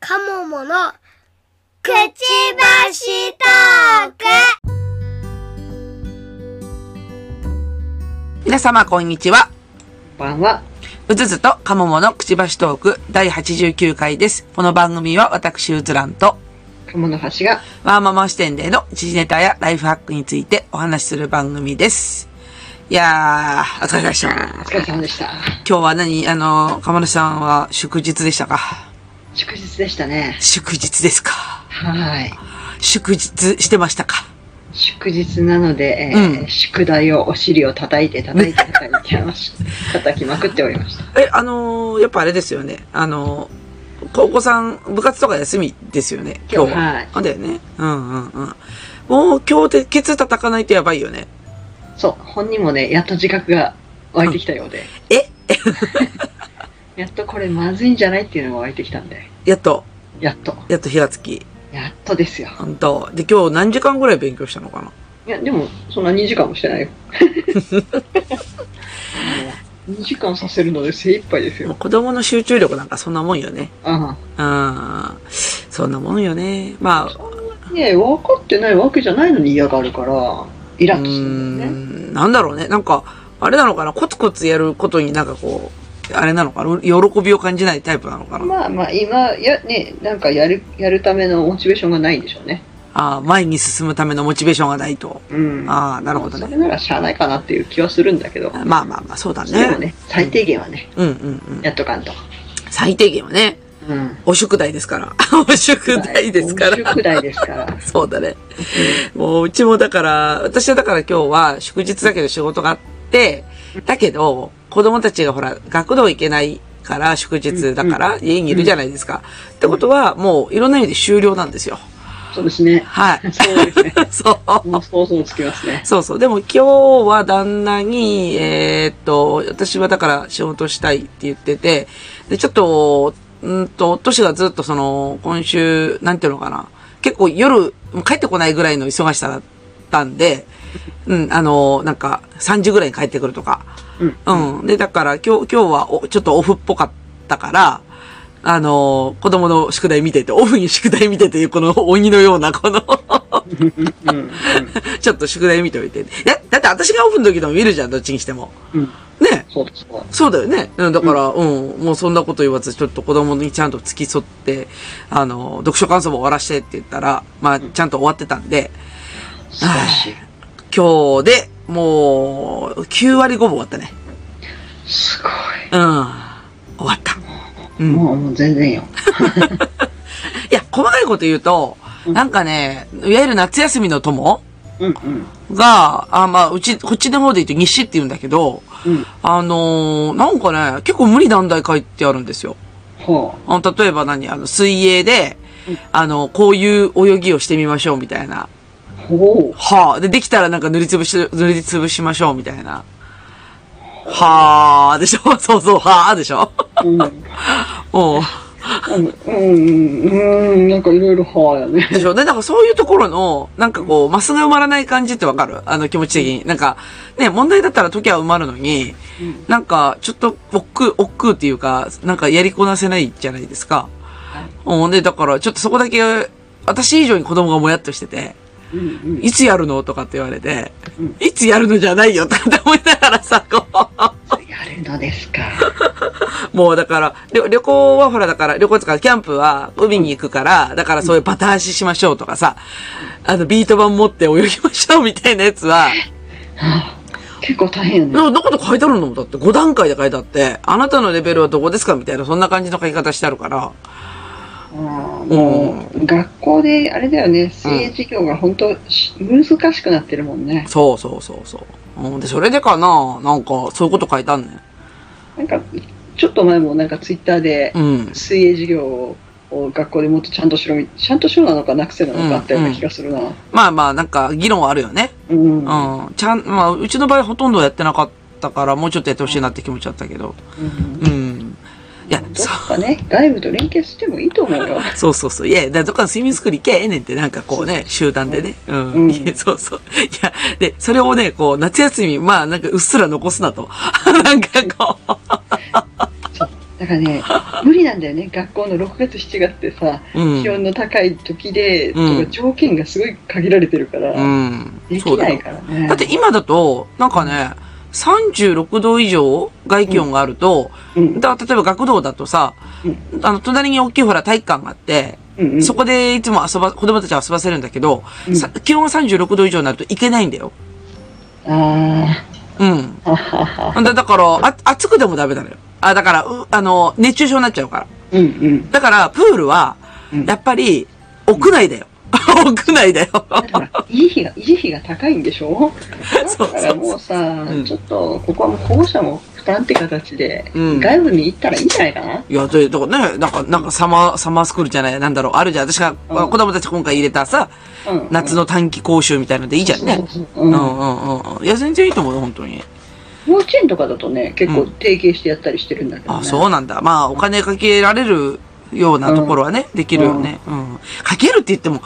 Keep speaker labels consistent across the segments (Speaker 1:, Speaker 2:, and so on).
Speaker 1: カモモのくちばしトーク
Speaker 2: 皆様、こんにちは。
Speaker 3: こんばんは。
Speaker 2: うずずとかもものくちばしトーク第89回です。この番組は私うずらんと
Speaker 3: 鴨の橋が、
Speaker 2: ワーママ視点での時事ネタやライフハックについてお話しする番組です。いやー、お疲れ様でした。
Speaker 3: お
Speaker 2: 今
Speaker 3: 疲れ様でした。
Speaker 2: 日は何あの、かものさんは祝日でしたか
Speaker 3: 祝日でしたね。
Speaker 2: 祝日ですか
Speaker 3: はい。
Speaker 2: 祝日してましたか
Speaker 3: 祝日なので、えー
Speaker 2: うん
Speaker 3: 宿題をお尻を叩いて叩いて叩いてました。叩きまくっておりました。
Speaker 2: え、あのーやっぱあれですよね。あのーこお子さん、部活とか休みですよね、今日は。
Speaker 3: はい
Speaker 2: あだよね。うんうんうん。もう今日でケツ叩かないとやばいよね。
Speaker 3: そう、本人もね、やっと自覚が湧いてきたようで、
Speaker 2: え
Speaker 3: やっとこれまずいんじゃないっていうのが湧いてきたんで、
Speaker 2: やっと、
Speaker 3: やっと。
Speaker 2: やっと火がつき。
Speaker 3: やっとですよ。
Speaker 2: ほんと。で、今日何時間ぐらい勉強したのかない
Speaker 3: や、でも、そんな2時間もしてない よ。2時間させるので精一杯です
Speaker 2: もう
Speaker 3: よ。
Speaker 2: 子供の集中力なんかそんなもんよね。
Speaker 3: あ
Speaker 2: うん。そんなもんよね。まあ、
Speaker 3: あ。ね分かってないわけじゃないのに嫌がるから、イラ
Speaker 2: う
Speaker 3: ッとするんだ
Speaker 2: ー
Speaker 3: よね。
Speaker 2: ん、なんだろうね。なんか、あれなのかなコツコツやることになんかこう、あれなのかな喜びを感じないタイプなのかな
Speaker 3: まあまあ今やねなんかやるやるためのモチベーションがないんでしょうね。
Speaker 2: ああ、前に進むためのモチベーションがないと。
Speaker 3: うん。
Speaker 2: ああ、なるほど
Speaker 3: そ
Speaker 2: ね。
Speaker 3: れならしゃあないかなっていう気はするんだけど。
Speaker 2: まあまあまあ、そうだ
Speaker 3: でも
Speaker 2: ね。
Speaker 3: ね最低限はね
Speaker 2: うんうんうん。
Speaker 3: やっとかんと。
Speaker 2: 最低限はね、
Speaker 3: うん。
Speaker 2: お宿題ですから。 お宿題ですから。
Speaker 3: 宿題ですから。
Speaker 2: そうだね。もううちもだから、私はだから今日は祝日だけど仕事があって、だけど、子供たちがほら、学童行けないから、祝日だから、家にいるじゃないですか。ってことは、もういろんな意味で終了なんですよ。
Speaker 3: そうです ね。。
Speaker 2: はい
Speaker 3: そうですね。
Speaker 2: そう。
Speaker 3: もう想像つきますね。
Speaker 2: そうそう。でも今日は旦那に、えーっと、私はだから仕事したいって言ってて、で、ちょっと、うんと、都市がずっとその、今週、なんていうのかな。結構夜、もう帰ってこないぐらいの忙しさだったんで、うん、あの、なんか、3時ぐらいに帰ってくるとか。
Speaker 3: うん。
Speaker 2: うん。で、だから今日、今日はおちょっとオフっぽかったから、あの、子供の宿題見てて、オフに宿題見てていう、この鬼のような、この、
Speaker 3: うん。うん。
Speaker 2: ちょっと宿題見ておいて。だだって私がオフの時でも見るじゃん、どっちにしても。
Speaker 3: うん。
Speaker 2: ね。
Speaker 3: そうです。そう
Speaker 2: そうだよね。うんだから、うん、もうそんなこと言わず、ちょっと子供にちゃんと付き添って、あの、読書感想も終わらせてって言ったら、まあ、ちゃんと終わってたんで、
Speaker 3: 素晴らしい。
Speaker 2: 今日で、もう、9割5分終わったね。
Speaker 3: すごい。
Speaker 2: うん。終わった。うん。
Speaker 3: もうもう全然よ。
Speaker 2: いや、細かいこと言うと、
Speaker 3: うん
Speaker 2: なんかね、いわゆる夏休みの友
Speaker 3: うんうん
Speaker 2: が、あ、まあ、うち、こっちの方で言うと西って言うんだけど、
Speaker 3: うん。
Speaker 2: あのーなんかね、結構無理難題書いてあるんですよ。
Speaker 3: ほ
Speaker 2: あの例えば何あの、水泳で
Speaker 3: うん、
Speaker 2: あの、こういう泳ぎをしてみましょう、みたいな。
Speaker 3: う。ほ
Speaker 2: はあ。で、できたらなんか塗りつぶし、塗りつぶしましょう、みたいな。はあ、でしょ そうそう、はあ、でしょ
Speaker 3: う。うん。
Speaker 2: おう
Speaker 3: うん、うん、うん、なんかいろいろ派やね。
Speaker 2: でしょで、なんかそういうところの、なんかこう、マスが埋まらない感じってわかるあの気持ち的に。なんか、ね、問題だったら時は埋まるのに、
Speaker 3: うん
Speaker 2: なんか、ちょっと、億劫、億劫っていうか、なんかやりこなせないじゃないですか。うん、で、だから、ちょっとそこだけ、私以上に子供がもやっとしてて、
Speaker 3: うん、うん。
Speaker 2: いつやるのとかって言われて
Speaker 3: うん、
Speaker 2: いつやるのじゃないよとかって思いながらさ、こ
Speaker 3: やるのですか。
Speaker 2: う、もうだから、旅旅行はほらだから、旅行とかキャンプは海に行くから、だからそういうバタ足しましょうとかさ、あの、ビート板持って泳ぎましょうみたいなやつは、
Speaker 3: 結構大変よね。
Speaker 2: な、なんか書いてあるのだって、5段階で書いてあって、あなたのレベルはどこですかみたいな、そんな感じの書き方してあるから、
Speaker 3: あーもう、学校で、あれだよね、水泳授業が本当し難しくなってるもんね。
Speaker 2: そうそうそうそう。うん、で、それでかな、なんか、そういうこと書いてあんねん。
Speaker 3: なんか、ちょっと前もなんかツイッターで
Speaker 2: う、ん。
Speaker 3: 水泳授業を学校でもっとちゃんとしろみ、ちゃんとしろなのかなくせなのかあったような気がするな。
Speaker 2: まあまあ、なんか、議論はあるよね。
Speaker 3: うん。うん
Speaker 2: うん。ちゃん、まあ、うちの場合ほとんどやってなかったから、もうちょっとやってほしいなって気持ちだったけど。うん。いや、
Speaker 3: ど
Speaker 2: そ
Speaker 3: っかね、外部と連携してもいいと思うよ。
Speaker 2: そうそうそう。いや、だからどっかの睡眠作り行けええねんって、なんかこうね、集団でね。うん。
Speaker 3: うん
Speaker 2: いや そうそう。いや、で、それをね、こう、 夏休み、まあ、なんかうっすら残すなと。なんかこう、
Speaker 3: そうだだからね、無理なんだよね、学校の6月、7月ってさ、
Speaker 2: うん
Speaker 3: 気温の高い時で、
Speaker 2: うん
Speaker 3: とか条件がすごい限られてるから、
Speaker 2: うん。
Speaker 3: で
Speaker 2: そ
Speaker 3: き
Speaker 2: うだ
Speaker 3: な
Speaker 2: よ
Speaker 3: いからね。
Speaker 2: だって今だと、なんかね、36度以上外気温があると、
Speaker 3: うん、
Speaker 2: だ例えば学童だとさ、
Speaker 3: う
Speaker 2: あの、隣に大きいほら体育館があって、
Speaker 3: うんうん、
Speaker 2: そこでいつも遊ば、子供たちは遊ばせるんだけど、
Speaker 3: うん
Speaker 2: さ気温が36度以上になるといけないんだよ。
Speaker 3: あ
Speaker 2: うん。
Speaker 3: あ、ははは。
Speaker 2: だだから、あ、暑くでもダメなのよ。あ、だから、うあの、熱中症になっちゃうから。
Speaker 3: うんうん。
Speaker 2: だから、プールは
Speaker 3: うん、
Speaker 2: やっぱり、屋内だよ。 屋内だよ。
Speaker 3: だから、維持費が、維持費が高いんでしょ
Speaker 2: そうそう
Speaker 3: だからもうさ
Speaker 2: うん、
Speaker 3: ちょっと、ここはもう保護者も負担って形で、
Speaker 2: うん
Speaker 3: 外部に行ったらいいんじゃないかない
Speaker 2: や、というとこね、なんか、なんかサマー、サマースクールじゃない、なんだろう、あるじゃん。私が、
Speaker 3: うん
Speaker 2: 子供たち今回入れたさ、
Speaker 3: うん
Speaker 2: 夏の短期講習みたいのでいいじゃんね。
Speaker 3: そうそうそうう
Speaker 2: うん
Speaker 3: ん
Speaker 2: うんうんうん。いや、全然いいと思うよ、本当に。
Speaker 3: 幼稚園とかだとね、結構提携してやったりしてるんだけど、ね
Speaker 2: あ、そうなんだ。まあ、お金かけられるようなところはね、できるよね。うん。かけるって言っても、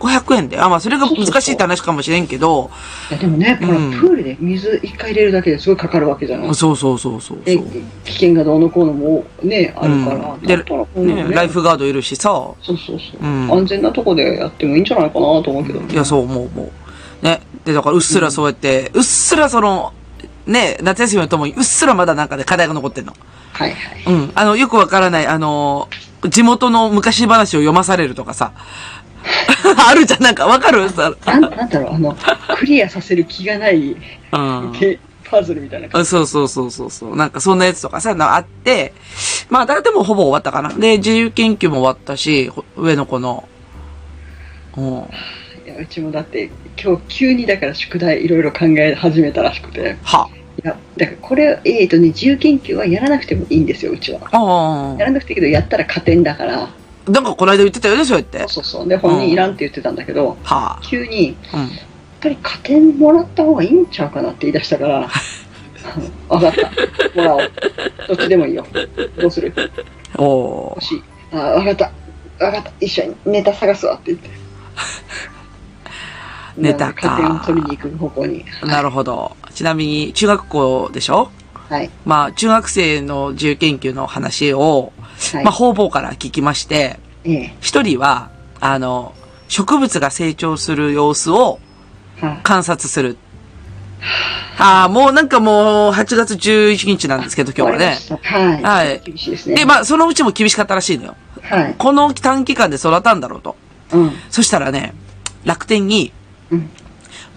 Speaker 2: 6500円で。あ、まあ、それが難しいって話かもしれんけど、
Speaker 3: いやでもね、この
Speaker 2: うん
Speaker 3: プールで水一回入れるだけですごいかかるわけじゃない。
Speaker 2: そうそうそうそうそ
Speaker 3: で
Speaker 2: う。
Speaker 3: 危険がどうのこうのもね、あるから。
Speaker 2: うんで
Speaker 3: だったらこういうの
Speaker 2: ね、ライフガードいるしさ、
Speaker 3: そうそうそう、
Speaker 2: うん
Speaker 3: 安全なとこでやってもいいんじゃないかなと思うけど、
Speaker 2: いや、そう思う、もう。ね。で、だから、うっすらそうやって、うっすらその、ね、夏休みのともに、うっすらまだなんかで課題が残ってんの。
Speaker 3: はいはい。
Speaker 2: うん。あの、よくわからない、あの、地元の昔話を読まされるとかさ。 あるじゃん、なんか、わかるさ
Speaker 3: なんなんだろう、あ の、クリアさせる気がない
Speaker 2: うん。
Speaker 3: でパズルみたいな感
Speaker 2: あそうそうそうそうそう。なんかそんなやつとかさ、なあって、まあ誰でもほぼ終わったかな。で、自由研究も終わったし、ほ上の子の。うん。
Speaker 3: じ。いやうちもだって、今日急にだから宿題いろいろ考え始めたらしくて。
Speaker 2: は。
Speaker 3: いや、だからこれ、えっ、とね、自由研究はやらなくてもいいんですよ、うちは。
Speaker 2: あ
Speaker 3: やらなくていいけど、やったら加点だから。
Speaker 2: あ。なんかこの間言ってたよね、そうやって。
Speaker 3: そうそう。で、本人いらんって言ってたんだけど、
Speaker 2: は
Speaker 3: 急に、
Speaker 2: あ。うん。
Speaker 3: やっぱり加点もらった方がいいんちゃうかなって言い出し たから、分かった、もらおう。どっちでもいいよ。どうする
Speaker 2: お
Speaker 3: 欲しい。あ分かった、分かった、一緒にネタ探すわって言って。
Speaker 2: ネタか
Speaker 3: 加点を取りに行く方向に。
Speaker 2: ー。なるほど。ちなみに、中学校でしょ
Speaker 3: はい。
Speaker 2: まあ、中学生の自由研究の話を、
Speaker 3: はい。
Speaker 2: まあ、方々から聞きまして、
Speaker 3: ええ。
Speaker 2: 一人は、あの、植物が成長する様子を
Speaker 3: は
Speaker 2: 観察する。ああ、もうなんかもう8月11日なんですけど、今日はね。
Speaker 3: 終わりましたはい。
Speaker 2: はい
Speaker 3: 厳しいですね。
Speaker 2: で、まあ、そのうちも厳しかったらしいのよ。
Speaker 3: はい。
Speaker 2: この短期間で育たんだろうと。
Speaker 3: うん。
Speaker 2: そしたらね、楽天に
Speaker 3: うん、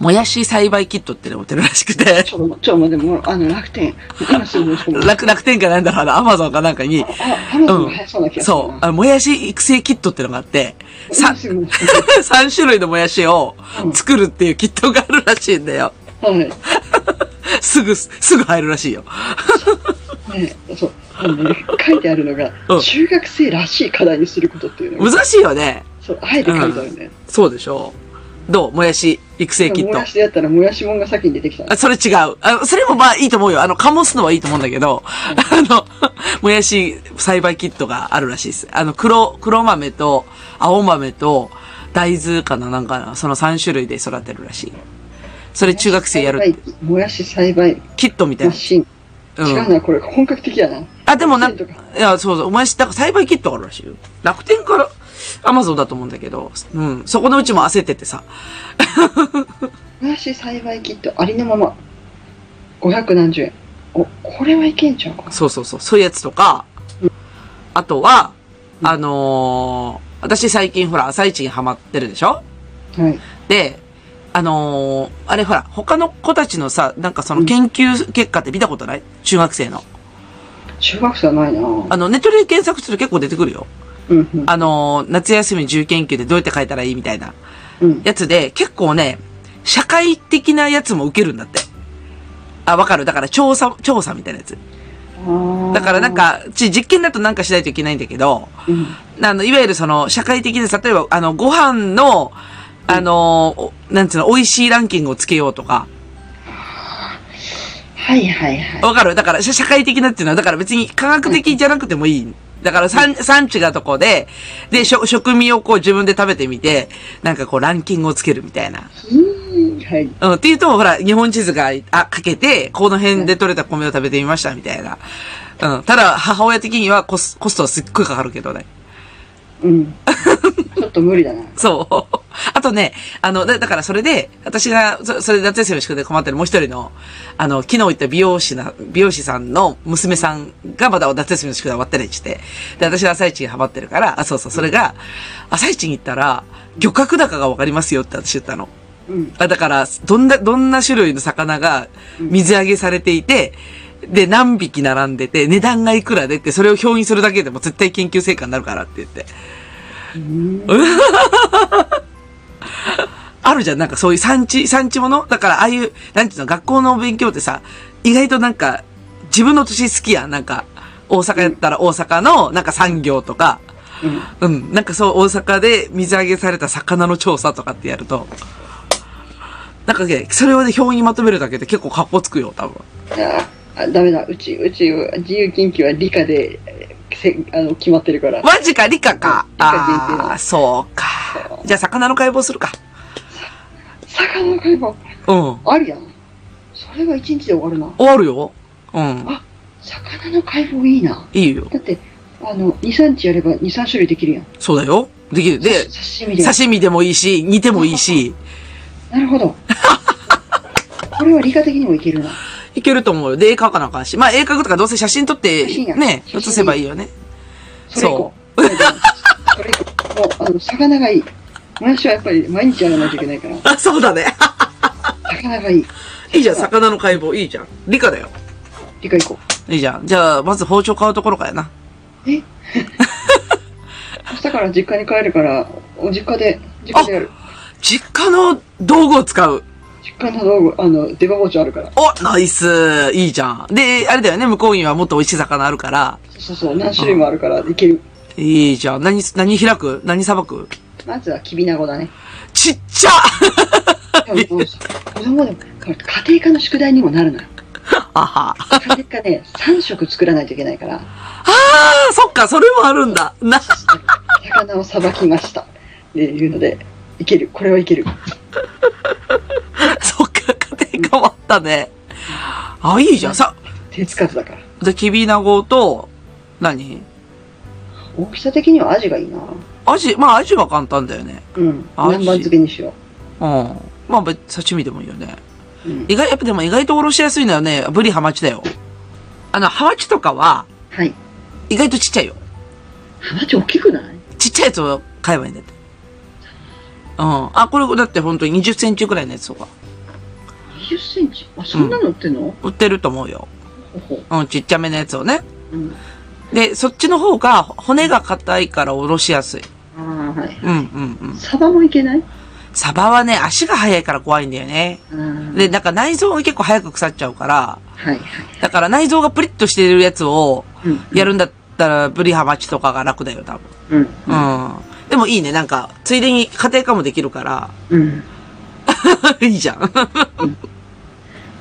Speaker 2: もやし栽培キットってのを売ってるらしくて
Speaker 3: ち、ょっと、ちょっと、でも、あの、楽天、今すぐ申し込む。
Speaker 2: 楽、楽天かなんだろうな、アマゾンかなんかに、
Speaker 3: あ、彼女も早そうな気がするな。
Speaker 2: そう、あのもやし育成キットってのがあって、さ
Speaker 3: 今、すぐ申し込
Speaker 2: 3種類のもやしを作るっていうキットがあるらしいんだよ。
Speaker 3: む。はい。
Speaker 2: すぐ、すぐ入るらしいよ。
Speaker 3: ねそう、あのね、書いてあるのが、
Speaker 2: うん
Speaker 3: 中学生らしい課題にすることっていうのが、
Speaker 2: 難しいよね。
Speaker 3: そう、あえて書いてあるね。
Speaker 2: そうでしょどうもやし育成キッ
Speaker 3: も
Speaker 2: ト
Speaker 3: や。しでやったら、もやしもんが先に出てきた。
Speaker 2: あ、それ違う。あ、それもまあいいと思うよ。あの、かもすのはいいと思うんだけど、あの、 もやし栽培キットがあるらしいです。あの、黒、黒豆と青豆と大豆かななんかなその3種類で育てるらしい。それ中学生やるって。
Speaker 3: もやし栽培
Speaker 2: キットみたい
Speaker 3: マ
Speaker 2: な。
Speaker 3: シン。
Speaker 2: うん
Speaker 3: 違うな、これ本格的やな。
Speaker 2: あ、でもなんか
Speaker 3: 楽天と、
Speaker 2: いや、そうそう、もやし、だから栽培キットがあるらしいよ。楽天から、アマゾンだと思うんだけど、うん。そこのうちも焦っててさ。
Speaker 3: もやし栽培キットありのまま、五百何十円。お、これはいけんちゃうか。
Speaker 2: そうそうそう、そういうやつとか、あとは、あのー私最近ほら、朝一にハマってるでしょ
Speaker 3: はい。
Speaker 2: で、あのーあれほら、他の子たちのさ、なんかその研究結果って見たことない中学生の。
Speaker 3: 中学生はないな
Speaker 2: あの、ネットで検索すると結構出てくるよ。
Speaker 3: うんうん。
Speaker 2: あのー夏休み自由研究でどうやって書いたらいいみたいな
Speaker 3: うん。
Speaker 2: やつで、結構ね、社会的なやつも受けるんだって。あ、わかるだから調査、調査みたいなやつ。
Speaker 3: あー
Speaker 2: だからなん、か、ち実験だとなんかしないといけないんだけど、
Speaker 3: うん。
Speaker 2: あの、いわゆるその、社会的です。例えば、あの、ご飯の、あの、おなんつうの、美味しいランキングをつけようとか。
Speaker 3: はいはいはい。
Speaker 2: わかるだから、社社会的なっていうのは、だから別に科学的じゃなくてもいいんだから産、産地がとこで、で、食、食味をこう自分で食べてみて、なんかこうランキングをつけるみたいな。
Speaker 3: うんはい。
Speaker 2: うん、っていうと、ほら、日本地図が、あ、かけて、この辺で取れた米を食べてみました、みたいな。うん、ただ、母親的にはコス、コストはすっごいかかるけどね。
Speaker 3: うん。ちょっと無理だな。
Speaker 2: そう。 あとね、あの、だだからそれで、私が、そそれで夏休みの宿で困ってるもう一人の、あの、昨日行った美容師な、美容師さんの娘さんがまだ夏休みの宿で終わったりして、で、私は朝市にハマってるから、あ、そうそう、それが、朝市に行ったら、漁獲高がわかりますよって私言ったの。
Speaker 3: うん。
Speaker 2: あだから、どんな、どんな種類の魚が水揚げされていて、で、何匹並んでて、値段がいくらでって、それを表にするだけでも絶対研究成果になるからって言って。
Speaker 3: うん。
Speaker 2: あるじゃん、なんかそういう産地、産地ものだから、ああいう、なんていうの、学校の勉強ってさ、意外となんか、自分の年好きやん、なんか、大阪やったら大阪の、なんか産業とか、
Speaker 3: うん
Speaker 2: うん、なんかそう、大阪で水揚げされた魚の調査とかってやると、なんかね、それをね、表にまとめるだけで結構格好つくよ、多分。
Speaker 3: いやあダメだ。うち、うち、自由研究は理科で、えーせあの、決まってるから。
Speaker 2: マジか、理科か。
Speaker 3: 理科限定だ
Speaker 2: ああ、そうか。じゃあ、魚の解剖するか。
Speaker 3: 魚の解剖、
Speaker 2: うん。
Speaker 3: あるやん。それは一日で終わるな。
Speaker 2: 終わるよ。うん。
Speaker 3: 魚の解剖いいな。
Speaker 2: いいよ。
Speaker 3: だって、あの、2、3日やれば2、3種類できるやん。
Speaker 2: そうだよ。できる。で、
Speaker 3: 刺身で。
Speaker 2: 刺身でもいいし、煮てもいいし、
Speaker 3: なる ほど。これは理科的にもいけるな。
Speaker 2: いけると思うよ。で、絵描かなあかんし。まあ、絵描くとかどうせ写真撮って
Speaker 3: 写真や、
Speaker 2: ね、
Speaker 3: 写
Speaker 2: 写
Speaker 3: 真
Speaker 2: せばいいよね。
Speaker 3: それ以降。それ以降。もう、あの、魚がいい。私はやっぱり毎日やらないといけないから、
Speaker 2: あ、そうだね。
Speaker 3: 魚がいい。
Speaker 2: いいじゃん、魚の解剖。いいじゃん。理科だよ。
Speaker 3: 理科以降。
Speaker 2: いいじゃん。じゃあ、まず包丁買うところからやな。
Speaker 3: え 明日から実家に帰るから、お実家で、実家でやる。
Speaker 2: 実家の道具を使う。
Speaker 3: 実家の道具、あの、出刃包丁あるから。
Speaker 2: お、ナイス。いいじゃん。で、あれだよね、向こうにはもっと美味しい魚あるから。
Speaker 3: そうそうそう、何種類もあるから、いける。
Speaker 2: いいじゃん。何、何開く何さばく
Speaker 3: まずは、きびなご だね。
Speaker 2: ちっちゃ
Speaker 3: でももう子供でも、これ家庭科の宿題にもなるのよ。
Speaker 2: あは。あ
Speaker 3: 家庭科ね、3食 作らないといけないから、
Speaker 2: あ、そっか、それもあるんだ。な、
Speaker 3: 魚をさばきました。っていうので、いける。これはいける。
Speaker 2: そっか、家庭変わったね。あ、いいじゃん。さ、
Speaker 3: 手つかずだから。
Speaker 2: で、きびなごと、何
Speaker 3: 大きさ的にはアジがいいな。
Speaker 2: アジ、まあ、アジは簡単だよね。
Speaker 3: うん。
Speaker 2: アジ
Speaker 3: 南蛮漬けにしよ
Speaker 2: うん。まあ、別刺身でもいいよね。
Speaker 3: う。うん。
Speaker 2: 意外、やっぱでも意外とおろしやすいのはね、ブリハマチだよ。あの、ハマチとかは、
Speaker 3: はい。
Speaker 2: 意外とちっちゃいよ。
Speaker 3: ハマチ大きくない
Speaker 2: ちっちゃいやつを買えばいいんだって。うん。あ、これだって本当に20センチくらいのやつとか、
Speaker 3: ?20 センチ。あ、そんなの売ってんの、
Speaker 2: 売ってると思うよ。
Speaker 3: ほほ。
Speaker 2: うん、ちっちゃめのやつをね。
Speaker 3: うん。
Speaker 2: で、そっちの方が骨が硬いからおろしやすい。
Speaker 3: ああ、はい。
Speaker 2: うん、うん、うん。
Speaker 3: サバもいけない
Speaker 2: サバはね、足が速いから怖いんだよね。
Speaker 3: あー
Speaker 2: で、なんか内臓が結構早く腐っちゃうから、
Speaker 3: はいはい。
Speaker 2: だから内臓がプリッとしてるやつを
Speaker 3: うん
Speaker 2: やるんだったら、ブリハマチとかが楽だよ、多分。
Speaker 3: うん。
Speaker 2: うん。でもいいね、なんか、ついでに家庭科もできるから、
Speaker 3: うん。
Speaker 2: いいじゃん。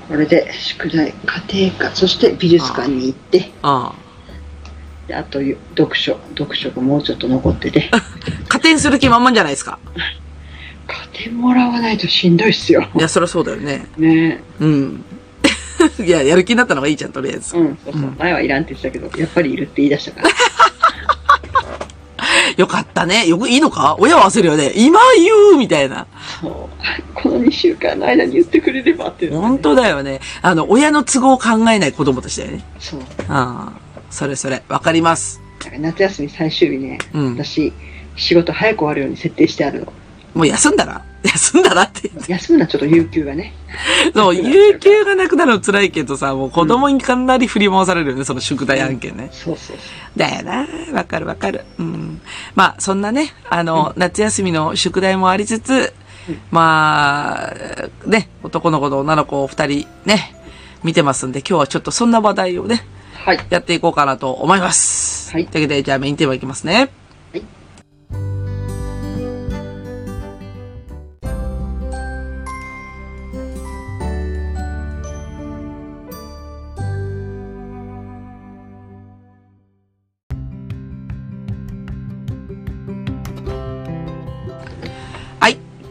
Speaker 3: これで宿題、家庭科、そして美術館に行って、
Speaker 2: あ
Speaker 3: であとよ読書、読書がもうちょっと残ってて、
Speaker 2: あ。加点する気満々じゃないですか。
Speaker 3: 加点もらわないとしんどいっすよ。
Speaker 2: いや、そりゃそうだよね。
Speaker 3: ね
Speaker 2: うん。 いや、やる気になったのがいいじゃん、とりあえず
Speaker 3: え。。うん、そうそう。前はいらんって言ってたけど、やっぱりいるって言い出したから。
Speaker 2: よかったね。よく、いいのか親は焦るよね。今言うみたいな。
Speaker 3: そう。この2週間の間に言ってくれればっていうのがね
Speaker 2: 本当だよね。あの、親の都合を考えない子供たちだよね。
Speaker 3: そう。
Speaker 2: ああ。それそれ。わかります。
Speaker 3: だから夏休み最終日ね、
Speaker 2: うん
Speaker 3: 私、仕事早く終わるように設定してあるの。
Speaker 2: もう休んだら休んだら って。
Speaker 3: 休むのはちょっと有給がね。
Speaker 2: そう、有給がなくなるの辛いけどさ、もう子供にかなり振り回されるよね、その宿題案件ね。
Speaker 3: そうそうそう。
Speaker 2: だよな。わかるわかる。うん。まあ、そんなね、あの、夏休みの宿題もありつつ、まあ、ね、男の子と女の子を二人ね、見てますんで、今日はちょっとそんな話題をね、
Speaker 3: はい。
Speaker 2: やっていこうかなと思います。
Speaker 3: はい
Speaker 2: というわけで、じゃあメインテーマいきますね。
Speaker 3: はい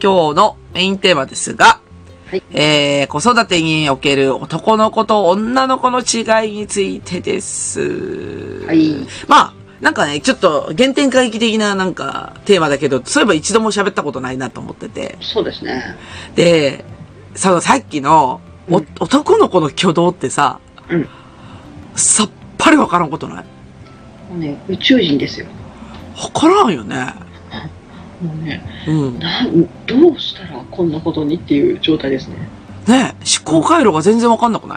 Speaker 2: 今日のメインテーマですが、
Speaker 3: はい
Speaker 2: えー、子育てにおける男の子と女の子の違いについてです。
Speaker 3: はい
Speaker 2: まあ、なんかね、ちょっと原点回帰的ななんかテーマだけど、そういえば一度も喋ったことないなと思ってて。
Speaker 3: そうですね。
Speaker 2: で、そのさっきの、お
Speaker 3: うん
Speaker 2: 男の子の挙動ってさ、
Speaker 3: うん
Speaker 2: さっぱりわからんことない。
Speaker 3: もうね、宇宙人ですよ。
Speaker 2: わからんよね。
Speaker 3: もうね、
Speaker 2: うん。ね
Speaker 3: などうしたらこんなことにっていう状態ですね。
Speaker 2: 思考回路が全然わかんなくな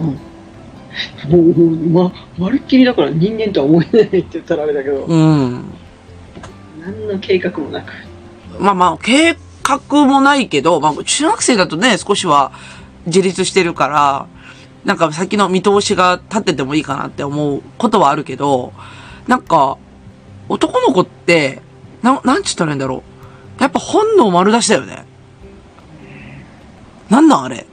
Speaker 2: い
Speaker 3: もう、もうま、まるっきりだから人間とは思えないって言ったらあれだけど、
Speaker 2: うん。
Speaker 3: 何の計画もなく。
Speaker 2: まあまあ、計画もないけど、まあ、中学生だとね、少しは自立してるから、なんか先の見通しが立っててもいいかなって思うことはあるけど、なんか、男の子って、な、なんちったらいいんだろう。やっぱ本能丸出しだよね。なんなんあれ。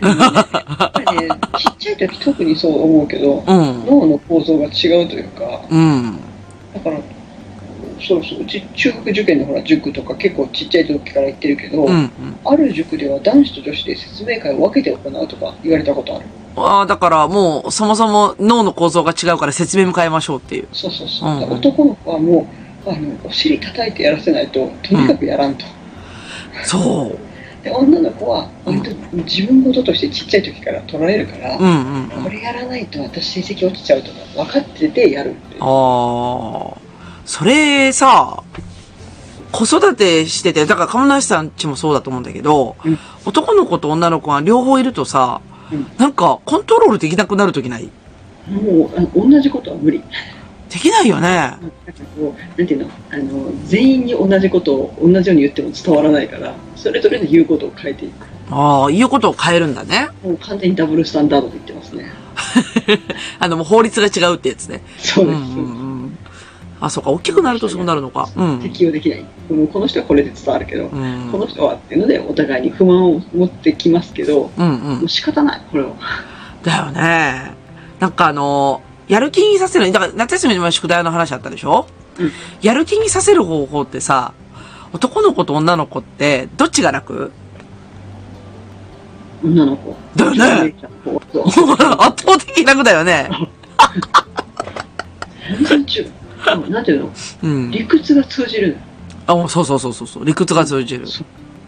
Speaker 3: やっぱ りね、ちっちゃい時特にそう思うけど、
Speaker 2: うん。
Speaker 3: 脳の構造が違うというか、
Speaker 2: うん。
Speaker 3: だから、そうそう、うち中学受験のほら、塾とか結構ちっちゃい時から行ってるけど、
Speaker 2: うん。うん
Speaker 3: ある塾では男子と女子で説明会を分けて行うとか言われたことある。
Speaker 2: ああ、だからもう、そもそも脳の構造が違うから説明も変えましょうっていう。
Speaker 3: そうそうそう。
Speaker 2: うんうん
Speaker 3: 男の子はもう、あの、お尻叩いてやらせないと、とにかくやらんと。
Speaker 2: そう。
Speaker 3: で、女の子は、
Speaker 2: うん
Speaker 3: 割と自分事としてちっちゃい時から捉えるから、
Speaker 2: うんうんうん
Speaker 3: こ。れやらないと私成績落ちちゃうとか分かっててやるっていう。
Speaker 2: ああ、それさ、子育てしてて、だから鴨梨さんちもそうだと思うんだけど、
Speaker 3: うん
Speaker 2: 男の子と女の子が両方いるとさ、
Speaker 3: うん
Speaker 2: なんかコントロールできなくなるときない
Speaker 3: もうあの、同じことは無理。
Speaker 2: できないよね。
Speaker 3: なんかこう、なんていうの、あの、全員に同じことを同じように言っても伝わらないから、それぞれの言うことを変えていく。
Speaker 2: ああ、言うことを変えるんだね。
Speaker 3: もう完全にダブルスタンダードで言ってますね。
Speaker 2: あの、もう法律が違うってやつね。
Speaker 3: そう
Speaker 2: う
Speaker 3: です。
Speaker 2: んうんうん。あ、そうか、大きくなるとそうなるのか。うん。
Speaker 3: 適用できない。もうこの人はこれで伝わるけど、
Speaker 2: うん。う
Speaker 3: この
Speaker 2: ん
Speaker 3: 人はっていうのでお互いに不満を持ってきますけど、
Speaker 2: うん
Speaker 3: もう。仕方ない、これは。
Speaker 2: だよね。なんかあの、やる気にさせる、だから夏休みの宿題の話あったでしょ、
Speaker 3: うん
Speaker 2: やる気にさせる方法ってさ、男の子と女の子って、どっちが楽
Speaker 3: 女の子。
Speaker 2: だよね
Speaker 3: 女の子そう
Speaker 2: 圧倒的に楽だよね。
Speaker 3: 全然違う。あなんていうの
Speaker 2: うん。
Speaker 3: 理屈が通じる
Speaker 2: あ、もうそうそうそうそうそう。理屈が通じる。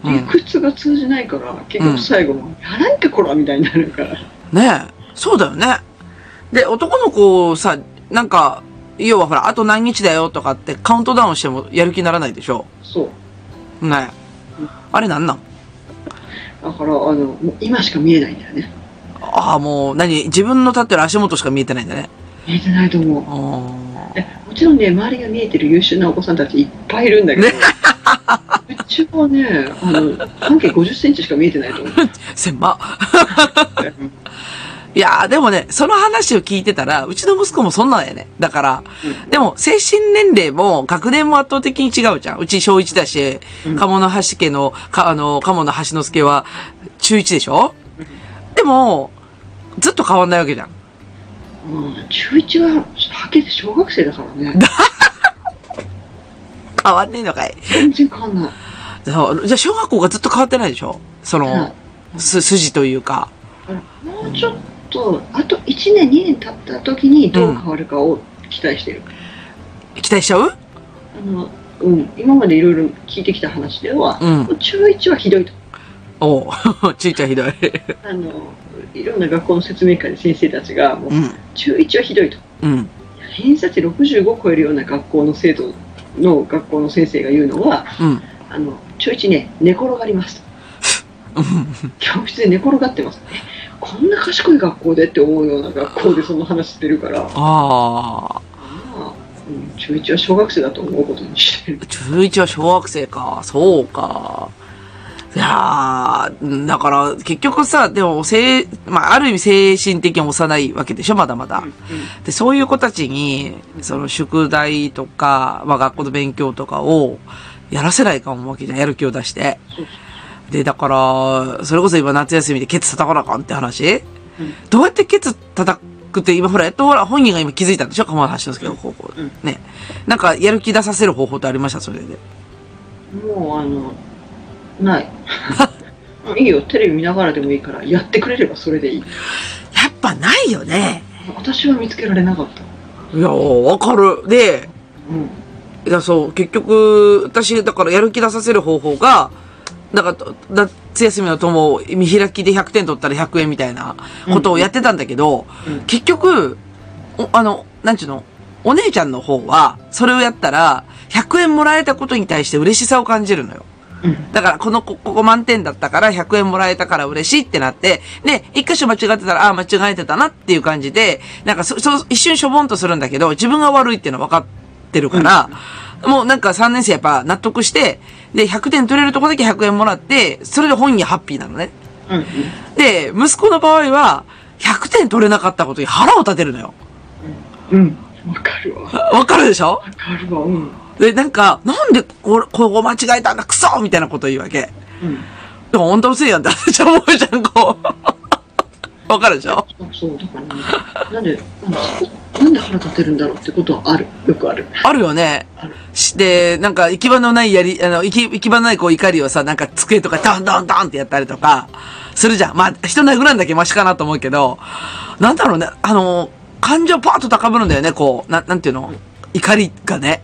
Speaker 2: う
Speaker 3: の。理
Speaker 2: ん。
Speaker 3: 屈が通じないから、結
Speaker 2: うん
Speaker 3: 局最後も、やらんかこらみたいになるから。
Speaker 2: ねえ。そうだよね。で、男の子さ、なんか、要はほら、あと何日だよとかってカウントダウンしてもやる気にならないでしょ
Speaker 3: そう。
Speaker 2: ねえ。あれなんなん
Speaker 3: だから、あの、もう今しか見えないんだよね。
Speaker 2: ああ、もう、何自分の立ってる足元しか見えてないんだね。
Speaker 3: 見えてないと思う。
Speaker 2: あ
Speaker 3: えもちろんね、周りが見えてる優秀なお子さんたちいっぱいいるんだけど、
Speaker 2: ね
Speaker 3: うちはね、あの、半径50センチしか見えてないと思う。
Speaker 2: ー狭いやー、でもね、その話を聞いてたら、うちの息子もそんなんやね。だから、
Speaker 3: う
Speaker 2: でも、精神年齢も、学年も圧倒的に違うじゃん。うち小1だし、
Speaker 3: うん
Speaker 2: 鴨の橋家の、か、あの、鴨の橋之助は、中1でしょでも、ずっと変わんないわけじゃん。
Speaker 3: うん、中一は、はっきり言って小学生だからね。
Speaker 2: 変わんねえのかい。
Speaker 3: 全然変わんない。
Speaker 2: そうじゃあ、小学校がずっと変わってないでしょその、す、筋というか。
Speaker 3: もうちょっと、あと1年、2年経った時にどう変わるかを期待してる。
Speaker 2: 期待しちゃう
Speaker 3: あの、うん、今までいろいろ聞いてきた話では、
Speaker 2: うん
Speaker 3: もう中一はひどいと。
Speaker 2: おう。 ちいちゃんひどい。
Speaker 3: あの、いろんな学校の説明会で先生たちが、もう
Speaker 2: うん。
Speaker 3: 中一はひどいと。
Speaker 2: うん。
Speaker 3: 偏差値65を超えるような学校の生徒の学校の先生が言うのは、
Speaker 2: うん。
Speaker 3: あの中1ね、寝転がりますと。教室で寝転がってます。えこんな賢い学校でって思うような学校でその話してるから、ま
Speaker 2: ああ。
Speaker 3: あうん、中1は小学生だと思うことにしてる。
Speaker 2: 中1は小学生か。そうか。いやーうん、だから、結局さ、でも、せい、まあ、ある意味精神的に幼いわけでしょ、まだまだ。で、そういう子たちに、その、宿題とか、まあ、学校の勉強とかを、やらせないかもわけじゃん、やる気を出して。
Speaker 3: そう
Speaker 2: で、だから、それこそ今夏休みでケツ叩かなあかんって話、
Speaker 3: うん
Speaker 2: どうやってケツ叩くって今ほら、やっとほら、本人が今気づいたんでしょ鎌田橋之介の高校
Speaker 3: うん。
Speaker 2: ね。なんか、やる気出させる方法ってありましたそれで。
Speaker 3: もうあの、ない。いいよ、テレビ見ながらでもいいから、やってくれればそれでいい。
Speaker 2: やっぱないよね。
Speaker 3: 私は見つけられなかった。
Speaker 2: いやー、わかる。で、
Speaker 3: うん。
Speaker 2: いや、そう、結局、私、だからやる気出させる方法が、だから、夏休みの友を見開きで100点取ったら100円みたいなことをやってたんだけど、
Speaker 3: うん
Speaker 2: 結局、おあの、なんちゅうの、お姉ちゃんの方は、それをやったら、100円もらえたことに対して嬉しさを感じるのよ。
Speaker 3: うん。
Speaker 2: だから、この、こここ満点だったから、100円もらえたから嬉しいってなって、で、一箇所間違ってたら、ああ、間違えてたなっていう感じで、なんかそ、そう、一瞬しょぼんとするんだけど、自分が悪いっていうの分かってるから、もうなんか3年生やっぱ納得して、で、100点取れるとこだけ100円もらって、それで本人ハッピーなのね。
Speaker 3: うん。うん。
Speaker 2: で、息子の場合は、100点取れなかったことに腹を立てるのよ。
Speaker 3: うん。わかるわ。わ
Speaker 2: わかるでしょ
Speaker 3: かるわ。うん。
Speaker 2: で、なんか、なんでこ、ここ間違えたんだ、クソみたいなこと言うわけ。
Speaker 3: うん。
Speaker 2: でも、あんたのせいやんって 私は思うじゃん、こう。わ かるでしょ
Speaker 3: そうそう、だから、ね、なんで、なんでそこ、なんで腹立てるんだろうってことはある。よくある。
Speaker 2: あるよね。しで、なんか、行き場のないやり、あの、行き、行き場のないこう怒りをさ、なんか机とかダンダンダンってやったりとか、するじゃん。まあ、人殴らんだけマシかなと思うけど、なんだろうね、あの、感情パーッと高ぶるんだよね、こう、なん、なんていうの怒りがね。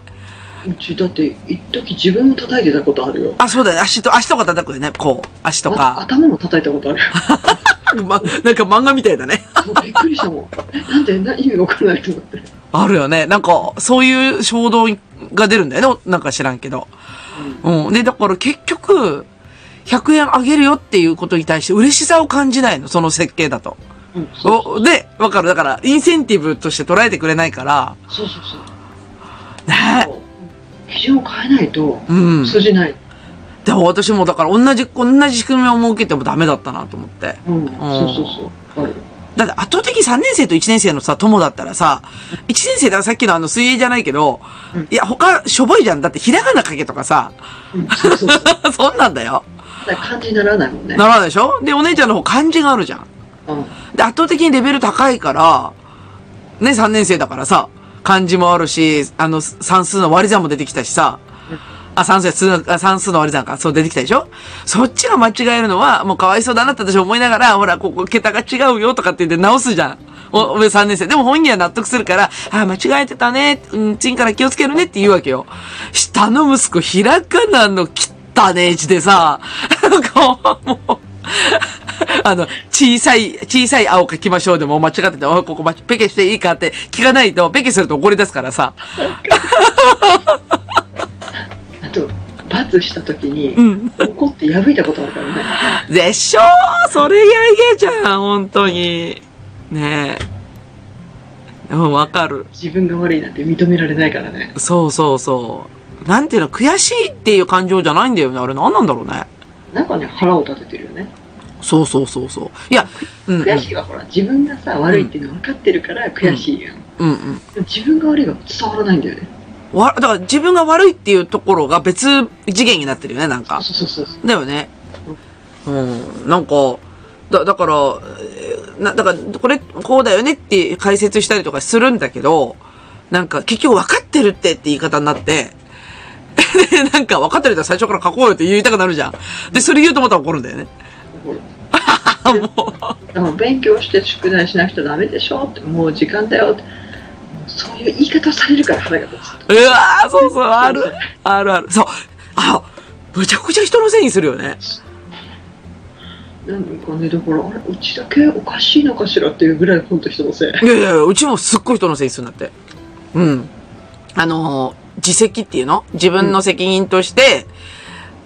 Speaker 3: うち、だって、一時自分も叩いてたことあるよ。
Speaker 2: あ、そうだよね。足と、足とか叩くよね、こう、足と
Speaker 3: あ
Speaker 2: か。
Speaker 3: 頭も叩いたことある。
Speaker 2: ま、なんか漫画みたいだね。
Speaker 3: もうびっくりしたもん。えなんで、な意味わからないと思って。
Speaker 2: あるよね。なんか、そういう衝動が出るんだよね。なんか知らんけど。うん。で、だから結局、100円あげるよっていうことに対して嬉しさを感じないの。その設計だと。
Speaker 3: うん。うん、そ
Speaker 2: お
Speaker 3: う
Speaker 2: で、わかる。だから、インセンティブとして捉えてくれないから、
Speaker 3: そうそうそう。
Speaker 2: ね
Speaker 3: そう基準を変えないと
Speaker 2: うん。
Speaker 3: 通じない。
Speaker 2: でも私もだから同じ、同じ仕組みを設けてもダメだったなと思って。
Speaker 3: うん、そうそうそう。ある。
Speaker 2: だって圧倒的に3年生と1年生のさ、友だったらさ、1年生だからさっきのあの水泳じゃないけど
Speaker 3: うん、
Speaker 2: いや、他、しょぼいじゃん。だってひらがなかけとかさ、
Speaker 3: うん、そうそうそう。だ か
Speaker 2: そんなんだよ。
Speaker 3: ら感じにならないもんね。
Speaker 2: ならないでしょで、お姉ちゃんの方漢字があるじゃん。
Speaker 3: うん。
Speaker 2: で、圧倒的にレベル高いから、ね、3年生だからさ、漢字もあるし、あの、算数の割り算も出てきたしさ、あ、算数、数あ算数の割り算か、そう出てきたでしょそっちが間違えるのは、もうかわいそうだなって私思いながら、ほら、ここ桁が違うよとかって言って直すじゃん。お、俺3年生。でも本人は納得するから、あ、間違えてたね、うん、チンから気をつけるねって言うわけよ。下の息子、ひらがなの汚ねえ字でさ、なんか、もう、あの、小さい、小さい青書きましょうでも間違ってて、おいここま、ペケしていいかって聞かないと、ペケすると怒り出すからさ。
Speaker 3: あと、罰したときに、
Speaker 2: ん
Speaker 3: 怒って破いたことあるからね。
Speaker 2: でしょそれやいげじゃん、本当に。ねえ。うん、わかる。
Speaker 3: 自分が悪いなんて認められないからね。
Speaker 2: そうそうそう。なんていうの、悔しいっていう感情じゃないんだよね。あれ何なんだろうね。
Speaker 3: なんかね、腹を立ててるよね。
Speaker 2: そうそうそうそう。いや、うん、うん、
Speaker 3: 悔しいはほら、自分がさ、悪いっていうの分かってるから悔しいやん。
Speaker 2: うん、うん。
Speaker 3: でも自分が悪いが伝わらないんだよね。
Speaker 2: わ、だから自分が悪いっていうところが別次元になってるよね、なんか。
Speaker 3: そうそうそうそう。
Speaker 2: だよね。うん。なんか、だ、だから、えーな、だから、これ、こうだよねって解説したりとかするんだけど、なんか、結局分かってるってって言い方になって、 で、なんか分かってるって最初から書こうよって言いたくなるじゃん。で、それ言うとまた怒るんだよね。
Speaker 3: 怒る
Speaker 2: あ、も
Speaker 3: でも勉強して宿題しなくちゃダメでしょって、もう時間だよって。そういう言い方されるから腹が立つ。
Speaker 2: う。うわー、そうそう、ある、あるある。そう。あ、むちゃくちゃ人のせいにするよね。
Speaker 3: なんかね、だから、あれ、うちだけおかしいのかしらっていうぐらい、ほんと人 のせい。
Speaker 2: いやいやいや、うちもすっごい人のせいにするんだって。うん。あのー、自責っていうの自分の責任として、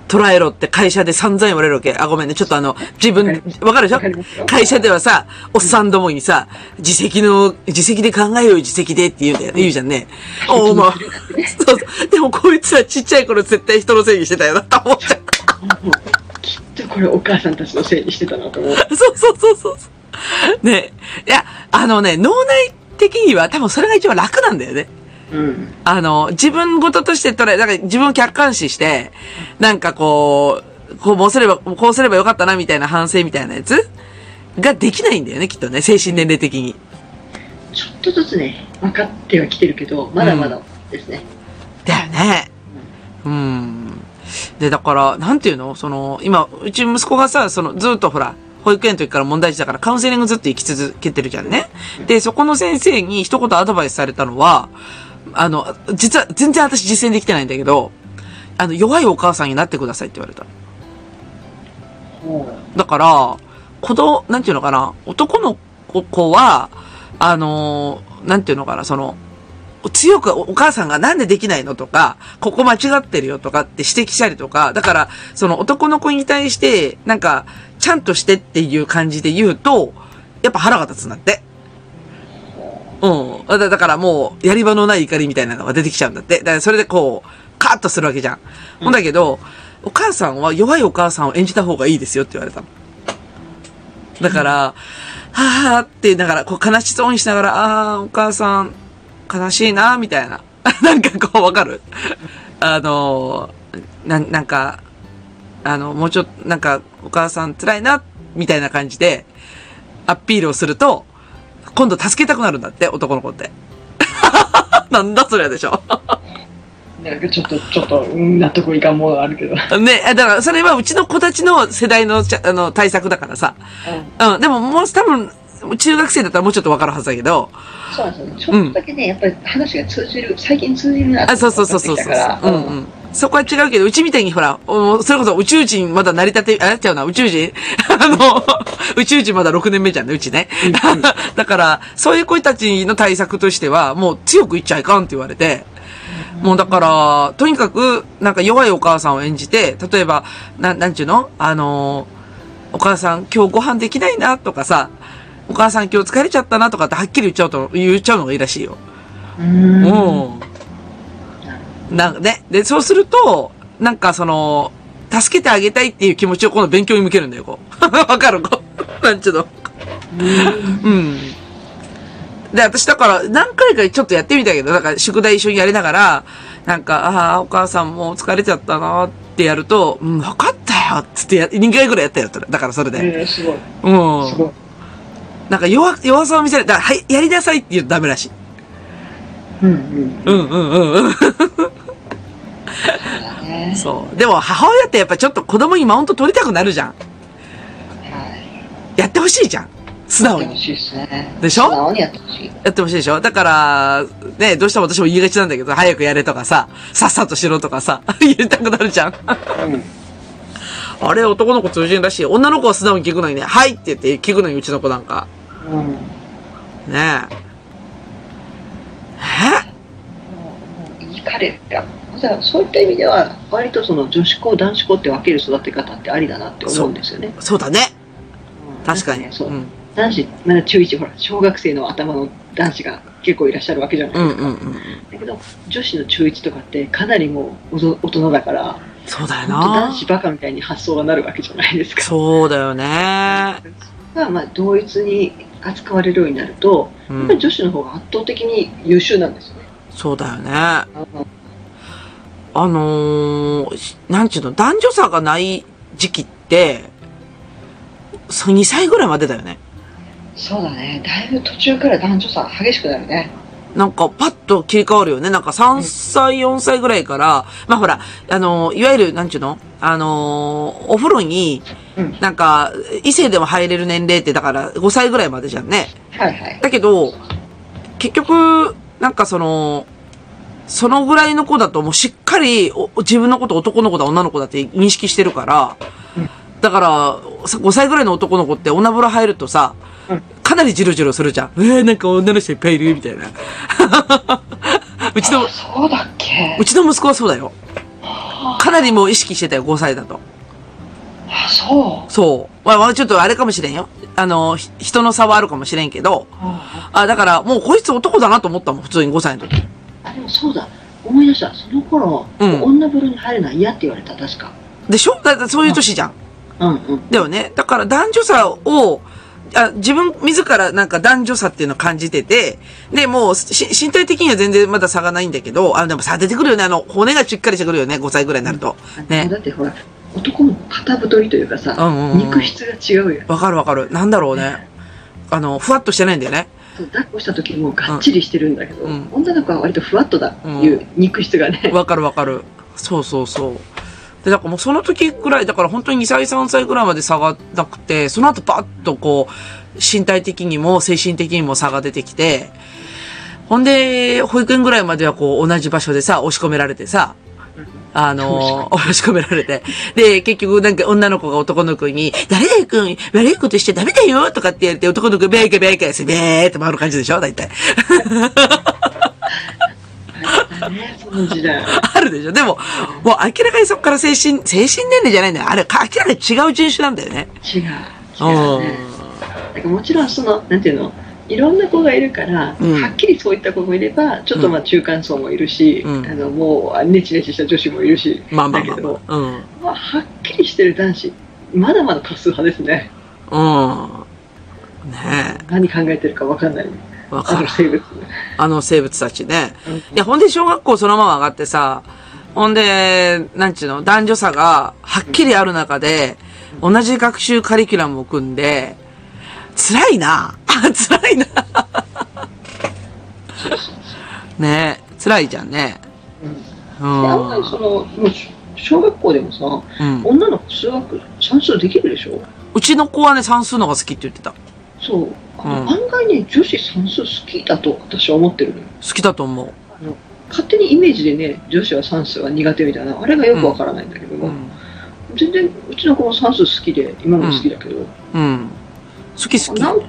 Speaker 2: 捉えろって会社で散々言われるわけ。あ、ごめんね。ちょっとあの、自分、わかるでしょ
Speaker 3: わかりますよ
Speaker 2: 会社ではさ、おっさんどもにさ、自責の、自責で考えようよ自責でって言うんだよね。言うじゃんね。おお、まあ、そうそう。でもこいつはちっちゃい頃絶対人のせいにしてたよなって思っちゃう。
Speaker 3: もうきっとこれお母さんたちのせいにしてたなと思う。
Speaker 2: そうそうそうそうそう。ねいや、あのね、脳内的には多分それが一番楽なんだよね。
Speaker 3: うん。
Speaker 2: あの、自分事として捉え、だから自分を客観視して、なんかこう、こうもうすれば、こうすればよかったなみたいな反省みたいなやつができないんだよね、きっとね。精神年齢的に。
Speaker 3: ちょっとずつね、分かってはきてるけど、まだまだですね。
Speaker 2: だよね。うん。で、だから、なんていうのその、今、うち息子がさ、その、ずっとほら、保育園の時から問題児だからカウンセリングずっと行き続けてるじゃんね。で、そこの先生に一言アドバイスされたのは、あの、実は全然私実践できてないんだけど、あの、弱いお母さんになってくださいって言われた。
Speaker 3: ほ
Speaker 2: だから、子供、なんていうのかな、男の子子は、あのー、なんていうのかな、その、強くおお母さんがなんでできないのとか、ここ間違ってるよとかって指摘したりとか、だから、その男の子に対して、なんか、ちゃんとしてっていう感じで言うと、やっぱ腹が立つんだって。うん。だだからもう、やり場のない怒りみたいなのが出てきちゃうんだって。だからそれでこう、カーッとするわけじゃん。ほんだけど、お母さんは弱いお母さんを演じた方がいいですよって言われたの。だから、はぁーって、だから、こう悲しそうにしながら、あー、お母さん、悲しいな、みたいな。 なんかこう、わかるあのー、な、なんか、あの、もうちょっと、なんか、お母さん辛いな、みたいな感じで、アピールをすると、今度助けたくなるんだって、男の子って。 なんだそれでしょ。
Speaker 3: うなんかちょっと、ちょっと、うん納得いかんものあるけど。
Speaker 2: ね、あだから、それはうちの子たちの世代のちゃ、あの、対策だからさ。うん、でももう多分、中学生だったらもうちょっとわかるはずだけど、
Speaker 3: そうなんですよね。ちょっとだけね、やっぱり話が通じる、最近通じるなって
Speaker 2: あ、そうそう
Speaker 3: 思
Speaker 2: そう
Speaker 3: って
Speaker 2: そう
Speaker 3: きた
Speaker 2: そう
Speaker 3: から。
Speaker 2: そう。うんうん。そこは違うけど、うちみたいにほら、おそれこそ宇宙人まだ成り立て、あ、ちゃうな、宇宙人 あの、宇宙人まだ6年目じゃんね、うちね。 だから、そういう子たちの対策としては、もう強く言っちゃいかんって言われて、もうだから、とにかく、なんか弱いお母さんを演じて、例えば、な、なんちゅうのあの、お母さん今日ご飯できないなとかさ、お母さん今日疲れちゃったなとかってはっきり言っちゃうと、言っちゃうのがいいらしいよ。
Speaker 3: うん。
Speaker 2: うん。なんかね、で、そうすると、なんかその、助けてあげたいっていう気持ちを今度勉強に向けるんだよ、こう。 わかるこう。なんちゅうの。うん。で、私だから何回かちょっとやってみたけど、だから宿題一緒にやりながら、なんか、ああ、お母さんもう疲れちゃったなってやると、うん、わかったよっつってや、2回ぐらいやったよ、だからそれで。
Speaker 3: えー、すごい。
Speaker 2: うん。
Speaker 3: すごい。
Speaker 2: なんか弱、弱さを見せる。だから、はい、やりなさいって言うとダメらしい。
Speaker 3: うんうん。
Speaker 2: うんうんうんうん。
Speaker 3: そうだね。
Speaker 2: そう。でも母親ってやっぱちょっと子供にマウント取りたくなるじゃん。
Speaker 3: はい。
Speaker 2: やってほしいじゃん。素
Speaker 3: やっ
Speaker 2: 直
Speaker 3: てほ
Speaker 2: に。
Speaker 3: しいですね。
Speaker 2: でしょ
Speaker 3: 素直にやってほしい。
Speaker 2: やってほしいでしょだから、ね、どうしても私も言いがちなんだけど、早くやれとかさ、さっさとしろとかさ、 言いたくなるじゃん。
Speaker 3: うん。
Speaker 2: あれ、男の子通じるらしい。女の子は素直に聞くのにね、はいって言って聞くのに、うちの子なんか。
Speaker 3: うん。
Speaker 2: ねえ。
Speaker 3: もういい彼が、だからそういった意味では、割とその女子校、男子校って分ける育て方ってありだなって思うんですよね。
Speaker 2: そうだね。
Speaker 3: うん
Speaker 2: 確か
Speaker 3: なん
Speaker 2: に。。
Speaker 3: ねそううん男子、まだ中1、ほら、小学生の頭の男子が結構いらっしゃるわけじゃないで
Speaker 2: うん
Speaker 3: す
Speaker 2: う
Speaker 3: か。
Speaker 2: んうん。
Speaker 3: だけど、女子の中1とかって、かなりもうおぞ大人だから、
Speaker 2: そうだよ
Speaker 3: 本当男
Speaker 2: な。
Speaker 3: 子バカみたいに発想がなるわけじゃないですか。
Speaker 2: そうだよね。
Speaker 3: が、まあ、同一に扱われるようになると、
Speaker 2: う
Speaker 3: やっぱり
Speaker 2: ん。
Speaker 3: 女子の方が圧倒的に優秀なんですよね。
Speaker 2: そうだよね。
Speaker 3: あの
Speaker 2: あのーしなんちゅうの、男女差がない時期って、そう2歳ぐらいまでだよね。
Speaker 3: そうだね、だいぶ途中から男女差激しくなるね。
Speaker 2: なんか、パッと切り替わるよね。なんか、3歳、4歳ぐらいから、まあほら、あのー、いわゆる、なんちゅうのあのー、お風呂に
Speaker 3: うん、
Speaker 2: なんか、異性でも入れる年齢って、だから、5歳ぐらいまでじゃんね。
Speaker 3: はいはい。
Speaker 2: だけど、結局、なんかその、そのぐらいの子だともうしっかりお自分のこと男の子だ女の子だって認識してるから
Speaker 3: うん、
Speaker 2: だから、5歳ぐらいの男の子って女風呂入るとさ
Speaker 3: うん、
Speaker 2: かなりジロジロするじゃん。えー、なんか女の人いっぱいいるみたいな。 うちの
Speaker 3: あ、そうだっけ
Speaker 2: うちの息子はそうだよ。かなりもう意識してたよ、5歳だと。
Speaker 3: あ、そ
Speaker 2: そう。まあまあ、ちょっとあれかもしれんよ。あの、ひ人の差はあるかもしれんけど、
Speaker 3: う。あ、
Speaker 2: あ、だから、もうこいつ男だなと思ったもん、普通に5歳の時。
Speaker 3: でもそうだ。思い出した。その頃、
Speaker 2: うん
Speaker 3: 女風呂に入るのは嫌って言われた、確か。
Speaker 2: でしょだってそういう年じゃん。
Speaker 3: うんうん。
Speaker 2: だよね。だから男女差を、あ自分自らなんか男女差っていうのを感じてて、で、もうし身体的には全然まだ差がないんだけど、あ、でも差出てくるよね。あの、骨がしっかりしてくるよね。5歳ぐらいになると。ね
Speaker 3: だってほら、男も肩太りというかさ、
Speaker 2: うんうんうん
Speaker 3: 肉質が違うよ。
Speaker 2: わかるわかる。なんだろうね。あの、ふわっとしてないんだよね。
Speaker 3: そう抱っこした時もがっちりしてるんだけど、
Speaker 2: うん
Speaker 3: 女の子は割とふわっとだっていう肉質がね、
Speaker 2: わかるわかる。そうそうそう。で、だからもうその時ぐらい、だから本当に2歳、3歳ぐらいまで差がなくて、その後バッとこう、身体的にも精神的にも差が出てきて、ほんで、保育園ぐらいまではこう、同じ場所でさ、押し込められてさ、あの、押し込められて。で、結局なんか女の子が男の子に、誰々君、悪いことしちゃダメだよとかって言われて、男の子がベーケベーケせべーって回る感じでしょ大体。
Speaker 3: あね、その時代。
Speaker 2: あるでしょでも、もう明らかにそこから精神、精神年齢じゃないんだよ。あれ、か明らかに違う人種なんだよね。
Speaker 3: 違う。違うね。なんかもちろんその、なんていうのいろんな子がいるから、
Speaker 2: うん
Speaker 3: はっきりそういった子もいれば、ちょっとまあ中間層もいるし、
Speaker 2: うん
Speaker 3: あのもうネチネチした女子もいるし、
Speaker 2: まあまあ
Speaker 3: だけど
Speaker 2: ま、あ。うん。
Speaker 3: まあ、はっきりしてる男子、まだまだ多数派ですね。
Speaker 2: うん。ね
Speaker 3: 何考えてるかわかんない。
Speaker 2: え。わ
Speaker 3: あ
Speaker 2: か
Speaker 3: の
Speaker 2: る。
Speaker 3: 生物。
Speaker 2: あの生物たちね。
Speaker 3: うん
Speaker 2: いや、ほんで小学校そのまま上がってさ、ほんで、なんちゅうの、男女差がはっきりある中で、同じ学習カリキュラムを組んで、辛いな。 あ辛 いな。ねえ、辛いじゃんね。
Speaker 3: うんで
Speaker 2: う
Speaker 3: あんまり
Speaker 2: ん。
Speaker 3: その、もうし小学校でもさ、
Speaker 2: うん、
Speaker 3: 女の子数学、算数できるでしょ
Speaker 2: うちの子はね、算数の方が好きって言ってた。
Speaker 3: そう。あの
Speaker 2: うん
Speaker 3: 案外ね、女子算数好きだと私は思ってるのよ。
Speaker 2: 好きだと思う。
Speaker 3: 勝手にイメージでね、女子は算数は苦手みたいな、あれがよくわからないんだけど
Speaker 2: う
Speaker 3: も、
Speaker 2: ん。
Speaker 3: 全然うちの子も算数好きで、今も好きだけど、
Speaker 2: うん。好き好き。
Speaker 3: なんか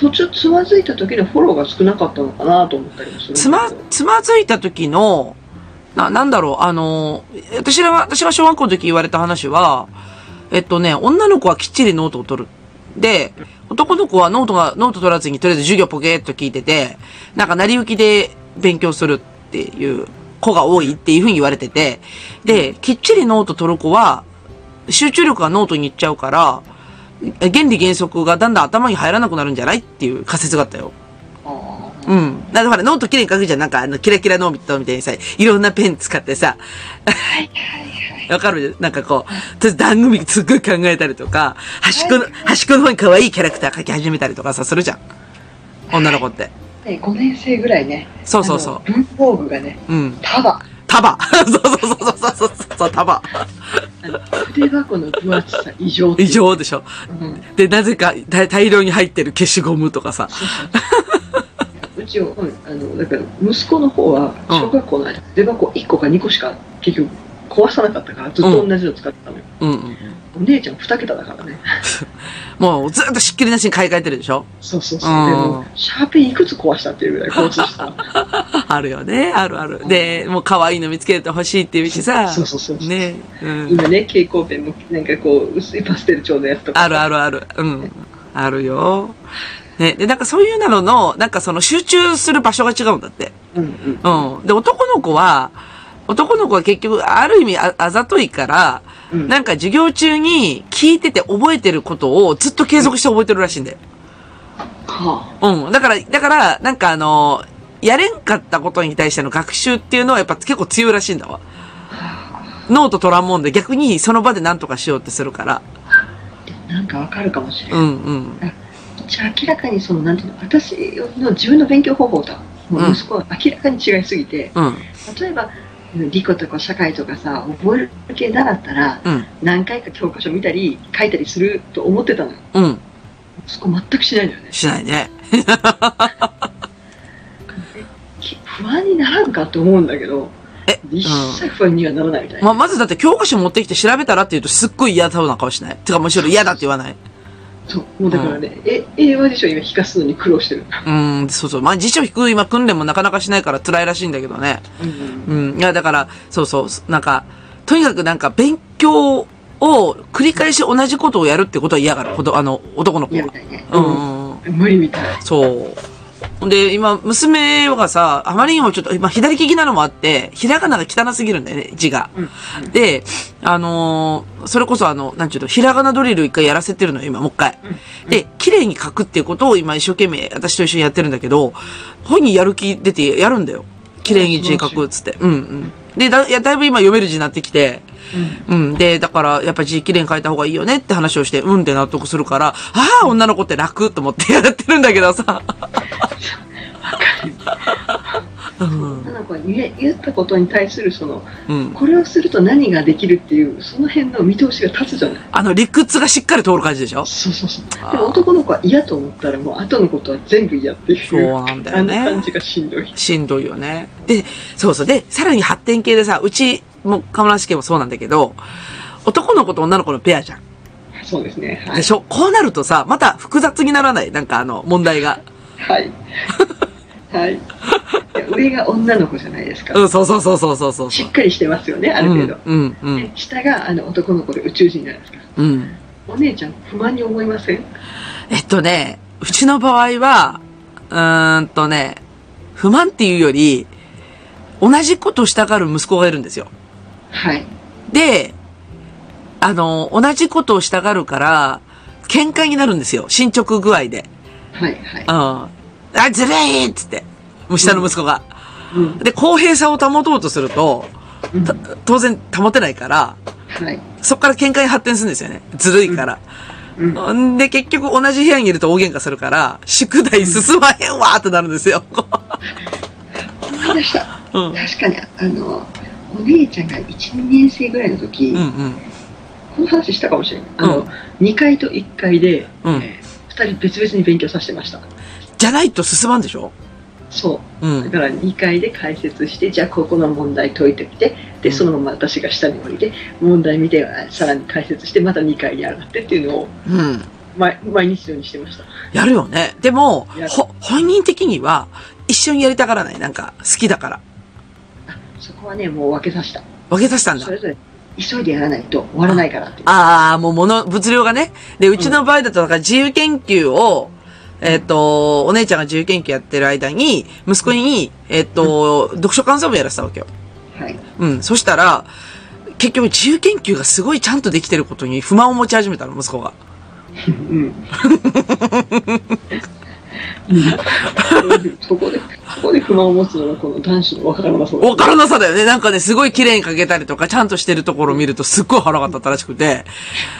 Speaker 3: 途中つまずいた時のフォローが少なかったのかなと思ったりもするんだけど。
Speaker 2: つま、つまずいた時の、な、なんだろう、あの、私らが、私が小学校の時言われた話は、えっとね、女の子はきっちりノートを取る。で、男の子はノートが、ノート取らずにとりあえず授業ポケーっと聞いてて、なんか成り行きで勉強するっていう子が多いっていうふうに言われてて、で、きっちりノート取る子は、集中力がノートに行っちゃうから、原理原則がだんだん頭に入らなくなるんじゃないっていう仮説があったよ。
Speaker 3: あー
Speaker 2: うん。だからほらノート綺麗に書くじゃん。なんかあの、キラキラノートみたいにさ、いろんなペン使ってさ。わかるなんかこう、とりあえず番組すっごい考えたりとか、端っこの、端っこの方に可愛いキャラクター書き始めたりとかさ、するじゃん。女の子って。
Speaker 3: ね、5年生ぐらいね、
Speaker 2: そうそうそ
Speaker 3: あの文房具がね、
Speaker 2: う。うん。
Speaker 3: 束、
Speaker 2: 束 そうそうそうそうそうそうそう、束。
Speaker 3: あの筆箱の分厚さ異常ってい
Speaker 2: 異
Speaker 3: う
Speaker 2: 常でしょ。
Speaker 3: うん
Speaker 2: で、なぜか大大量に入ってる消しゴムとかさ。
Speaker 3: うちを、うん、あのだから息子の方は
Speaker 2: うん
Speaker 3: 小学校の間、筆箱1個か2個しか結局壊さなかったからずっと同じの使ってたのよ、
Speaker 2: うんうん。
Speaker 3: お姉ちゃん2桁だからね
Speaker 2: もうずっとしっきりなしに買い替えてるでしょ。
Speaker 3: そうそうそう、
Speaker 2: うん
Speaker 3: でもシャーペンいくつ壊したっていうぐらい壊した
Speaker 2: あるよね。あるある。で、もう可愛いの見つけてほしいっていうしさ。
Speaker 3: そうそうそうそう
Speaker 2: ね。うん。
Speaker 3: 今ね蛍光ペンもなんかこう薄いパステル調のやつとか
Speaker 2: あるあるある。うん。あるよ。ね。で、なんかそういうのの、なんかその集中する場所が違うんだって。
Speaker 3: うんうん
Speaker 2: うん。で、男の子は、男の子は結局、ある意味あ、あざといから、
Speaker 3: うん
Speaker 2: なんか授業中に聞いてて覚えてることをずっと継続して覚えてるらしいんだよ。
Speaker 3: は
Speaker 2: うん。だから、だから、なんかあの、やれんかったことに対しての学習っていうのはやっぱ結構強いらしいんだわ。ノート取らんもんで逆にその場で何とかしようってするから。
Speaker 3: あなんかわかるかもしれ
Speaker 2: う
Speaker 3: ない、
Speaker 2: んうん。
Speaker 3: じゃあ明らかにそのなんていうの私の自分の勉強方法ともう息子は明らかに違いすぎて、
Speaker 2: うん。
Speaker 3: 例えば理科とか社会とかさ覚える系習ったら
Speaker 2: うん。
Speaker 3: 何回か教科書見たり書いたりすると思ってたのよ
Speaker 2: うん。
Speaker 3: そこ全くしないのよね
Speaker 2: しないね。
Speaker 3: き不安にならんかと思うんだけど
Speaker 2: え
Speaker 3: 一切不安にはならないみたいな、
Speaker 2: ま、まずだって教科書持ってきて調べたらって言うとすっごい嫌そうな顔しない。てかむしろ嫌だって言わない。
Speaker 3: そうもうだからね、え英和辞書今引かすのに苦労してる、
Speaker 2: うん、そうそう。まあ、辞書引く今訓練もなかなかしないから辛いらしいんだけどね。
Speaker 3: うん
Speaker 2: うん。いや、だから、そうそう。なんか、とにかくなんか勉強を繰り返し同じことをやるってことは嫌がる。ほど、あの、男の子
Speaker 3: や
Speaker 2: が
Speaker 3: み。たいね、
Speaker 2: う
Speaker 3: うん
Speaker 2: ん。
Speaker 3: 無理みたい
Speaker 2: そう。ほんで、今、娘がさ、あまりにもちょっと、今、左利きなのもあって、ひらがなが汚すぎるんだよね、字が。
Speaker 3: うん
Speaker 2: で、あのーそれこそあの、なんちゅうの、ひらがなドリル一回やらせてるのよ、今、もう一回。で、綺麗に書くっていうことを今、一生懸命、私と一緒にやってるんだけど、本人やる気出てやるんだよ。綺麗に字書くっつって。うんうん。で、だ、いや、だいぶ今読める字になってきて、うん。で、だから、やっぱ字綺麗に書いた方がいいよねって話をして、うんって納得するから、ああ、女の子って楽と思ってやってるんだけどさ。 うん
Speaker 3: なんか言え言ったことに対するその
Speaker 2: うん。
Speaker 3: これをすると何ができるっていうその辺の見通しが立つじゃない
Speaker 2: あの、理屈がしっかり通る感じでしょ
Speaker 3: そうそうそう
Speaker 2: あー
Speaker 3: でも男の子は嫌と思ったらもう後のことは全部嫌っていう
Speaker 2: そうなんだよ
Speaker 3: あの感
Speaker 2: ね。
Speaker 3: じがしんどい
Speaker 2: しんどいよね。で、そうそう。で、さらに発展系でさ、うちも、河村家もそうなんだけど、男の子と女の子のペアじゃん。
Speaker 3: そうですねは
Speaker 2: で
Speaker 3: い、
Speaker 2: しょこうなるとさ、また複雑にならないなんかあの、問題が。
Speaker 3: はい、はい、いや上が女の子じゃないですか、
Speaker 2: うん、そうそうそうそうそうそう。
Speaker 3: しっかりしてますよねある程度、
Speaker 2: うん、うん、うん
Speaker 3: で下があの男の子で宇宙人じゃないですか
Speaker 2: うん。
Speaker 3: お姉ちゃん不満に思いません
Speaker 2: えっとね、うちの場合は、うーんとね、不満っていうより、同じことをしたがる息子がいるんですよ。
Speaker 3: はい
Speaker 2: で、あの、同じことをしたがるから、喧嘩になるんですよ。進捗具合で。
Speaker 3: はいはい
Speaker 2: うん。あ、ずるいっつって。下の息子が。
Speaker 3: うん
Speaker 2: で、公平さを保とうとすると、
Speaker 3: うん
Speaker 2: た当然保てないから、
Speaker 3: はい
Speaker 2: そこから喧嘩に発展するんですよね。ずるいから。
Speaker 3: うん
Speaker 2: んで、結局同じ部屋にいると大喧嘩するから、宿題進まへんわーってなるんですよ。
Speaker 3: 思い出した
Speaker 2: うん。うん
Speaker 3: 確かにあのお姉ちゃんが12年生ぐらいの時、
Speaker 2: うん。
Speaker 3: この話したかもしれないあの、
Speaker 2: うん
Speaker 3: 2階と1階で、
Speaker 2: うん
Speaker 3: え2人別々に勉強させてました
Speaker 2: じゃないと進まんでしょ
Speaker 3: そううだ
Speaker 2: ん。
Speaker 3: から2階で解説してじゃあここの問題解いてみて
Speaker 2: う
Speaker 3: で
Speaker 2: ん
Speaker 3: そのまま私が下に降りて問題見てあさらに解説してまた2階に上がってっていうのを
Speaker 2: うん。
Speaker 3: 毎毎日のようにしてました
Speaker 2: やるよね。でも
Speaker 3: や、る
Speaker 2: ほ、本人的には一緒にやりたがらない。なんか、好きだから。
Speaker 3: そこはねもう分けさせた
Speaker 2: 分けさせたんだ
Speaker 3: そ。れぞれ急いでやらないと終わらないからって
Speaker 2: ああ、もう物、物量がね。で、うちの場合だと、だから自由研究を、えっ、と、お姉ちゃんが自由研究やってる間に、息子に、えっ、と、読書感想文やらせたわけよ。
Speaker 3: はい
Speaker 2: うん。そしたら、結局自由研究がすごいちゃんとできてることに不満を持ち始めたの、息子が。
Speaker 3: うんそこで、そこで不満を持つのがこの男子の分からなさ
Speaker 2: わからなさだよね。なんかね、すごい綺麗に描けたりとか、ちゃんとしてるところを見ると、すっごい腹が立ったらしくて。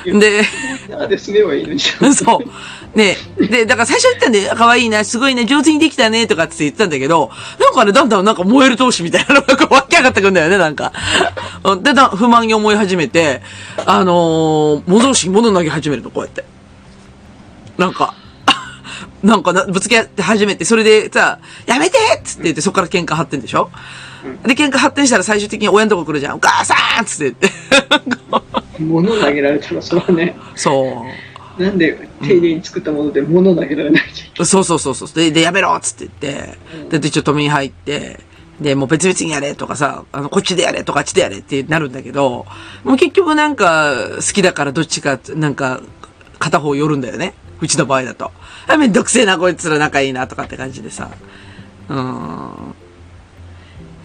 Speaker 2: で、
Speaker 3: ならで済めばいいのに。
Speaker 2: そう。ねで、だから最初言ったんで、可愛いな、すごいね、上手にできたね、とかって言ってたんだけど、なんかね、だんだんなんか燃える闘志みたいなのがこう湧き上がってくんだよね、なんか。うんで、だ不満に思い始めて、あのー、物をし、物を投げ始めるの、こうやって。なんか、 なんかな、ぶつけ合って始めて、それでさ、やめてっつって言って、そこから喧嘩発展でしょで、喧嘩発展したら最終的に親のとこ来るじゃん。お母さんっつって言って。
Speaker 3: 物を投げられたら、それはね、
Speaker 2: そう。
Speaker 3: なんで丁寧に作ったもので物を投げられないじ
Speaker 2: そうそうそうそう。で、で、やめろっつって言って、で、で、ちょっと止めに入って、で、もう別々にやれとかさ、あの、こっちでやれとかあっちでやれってなるんだけど、もう結局なんか、好きだからどっちか、なんか、片方寄るんだよね。うちの場合だと。あ、めんどくせえな、こいつら仲いいなとかって感じでさ。うーん。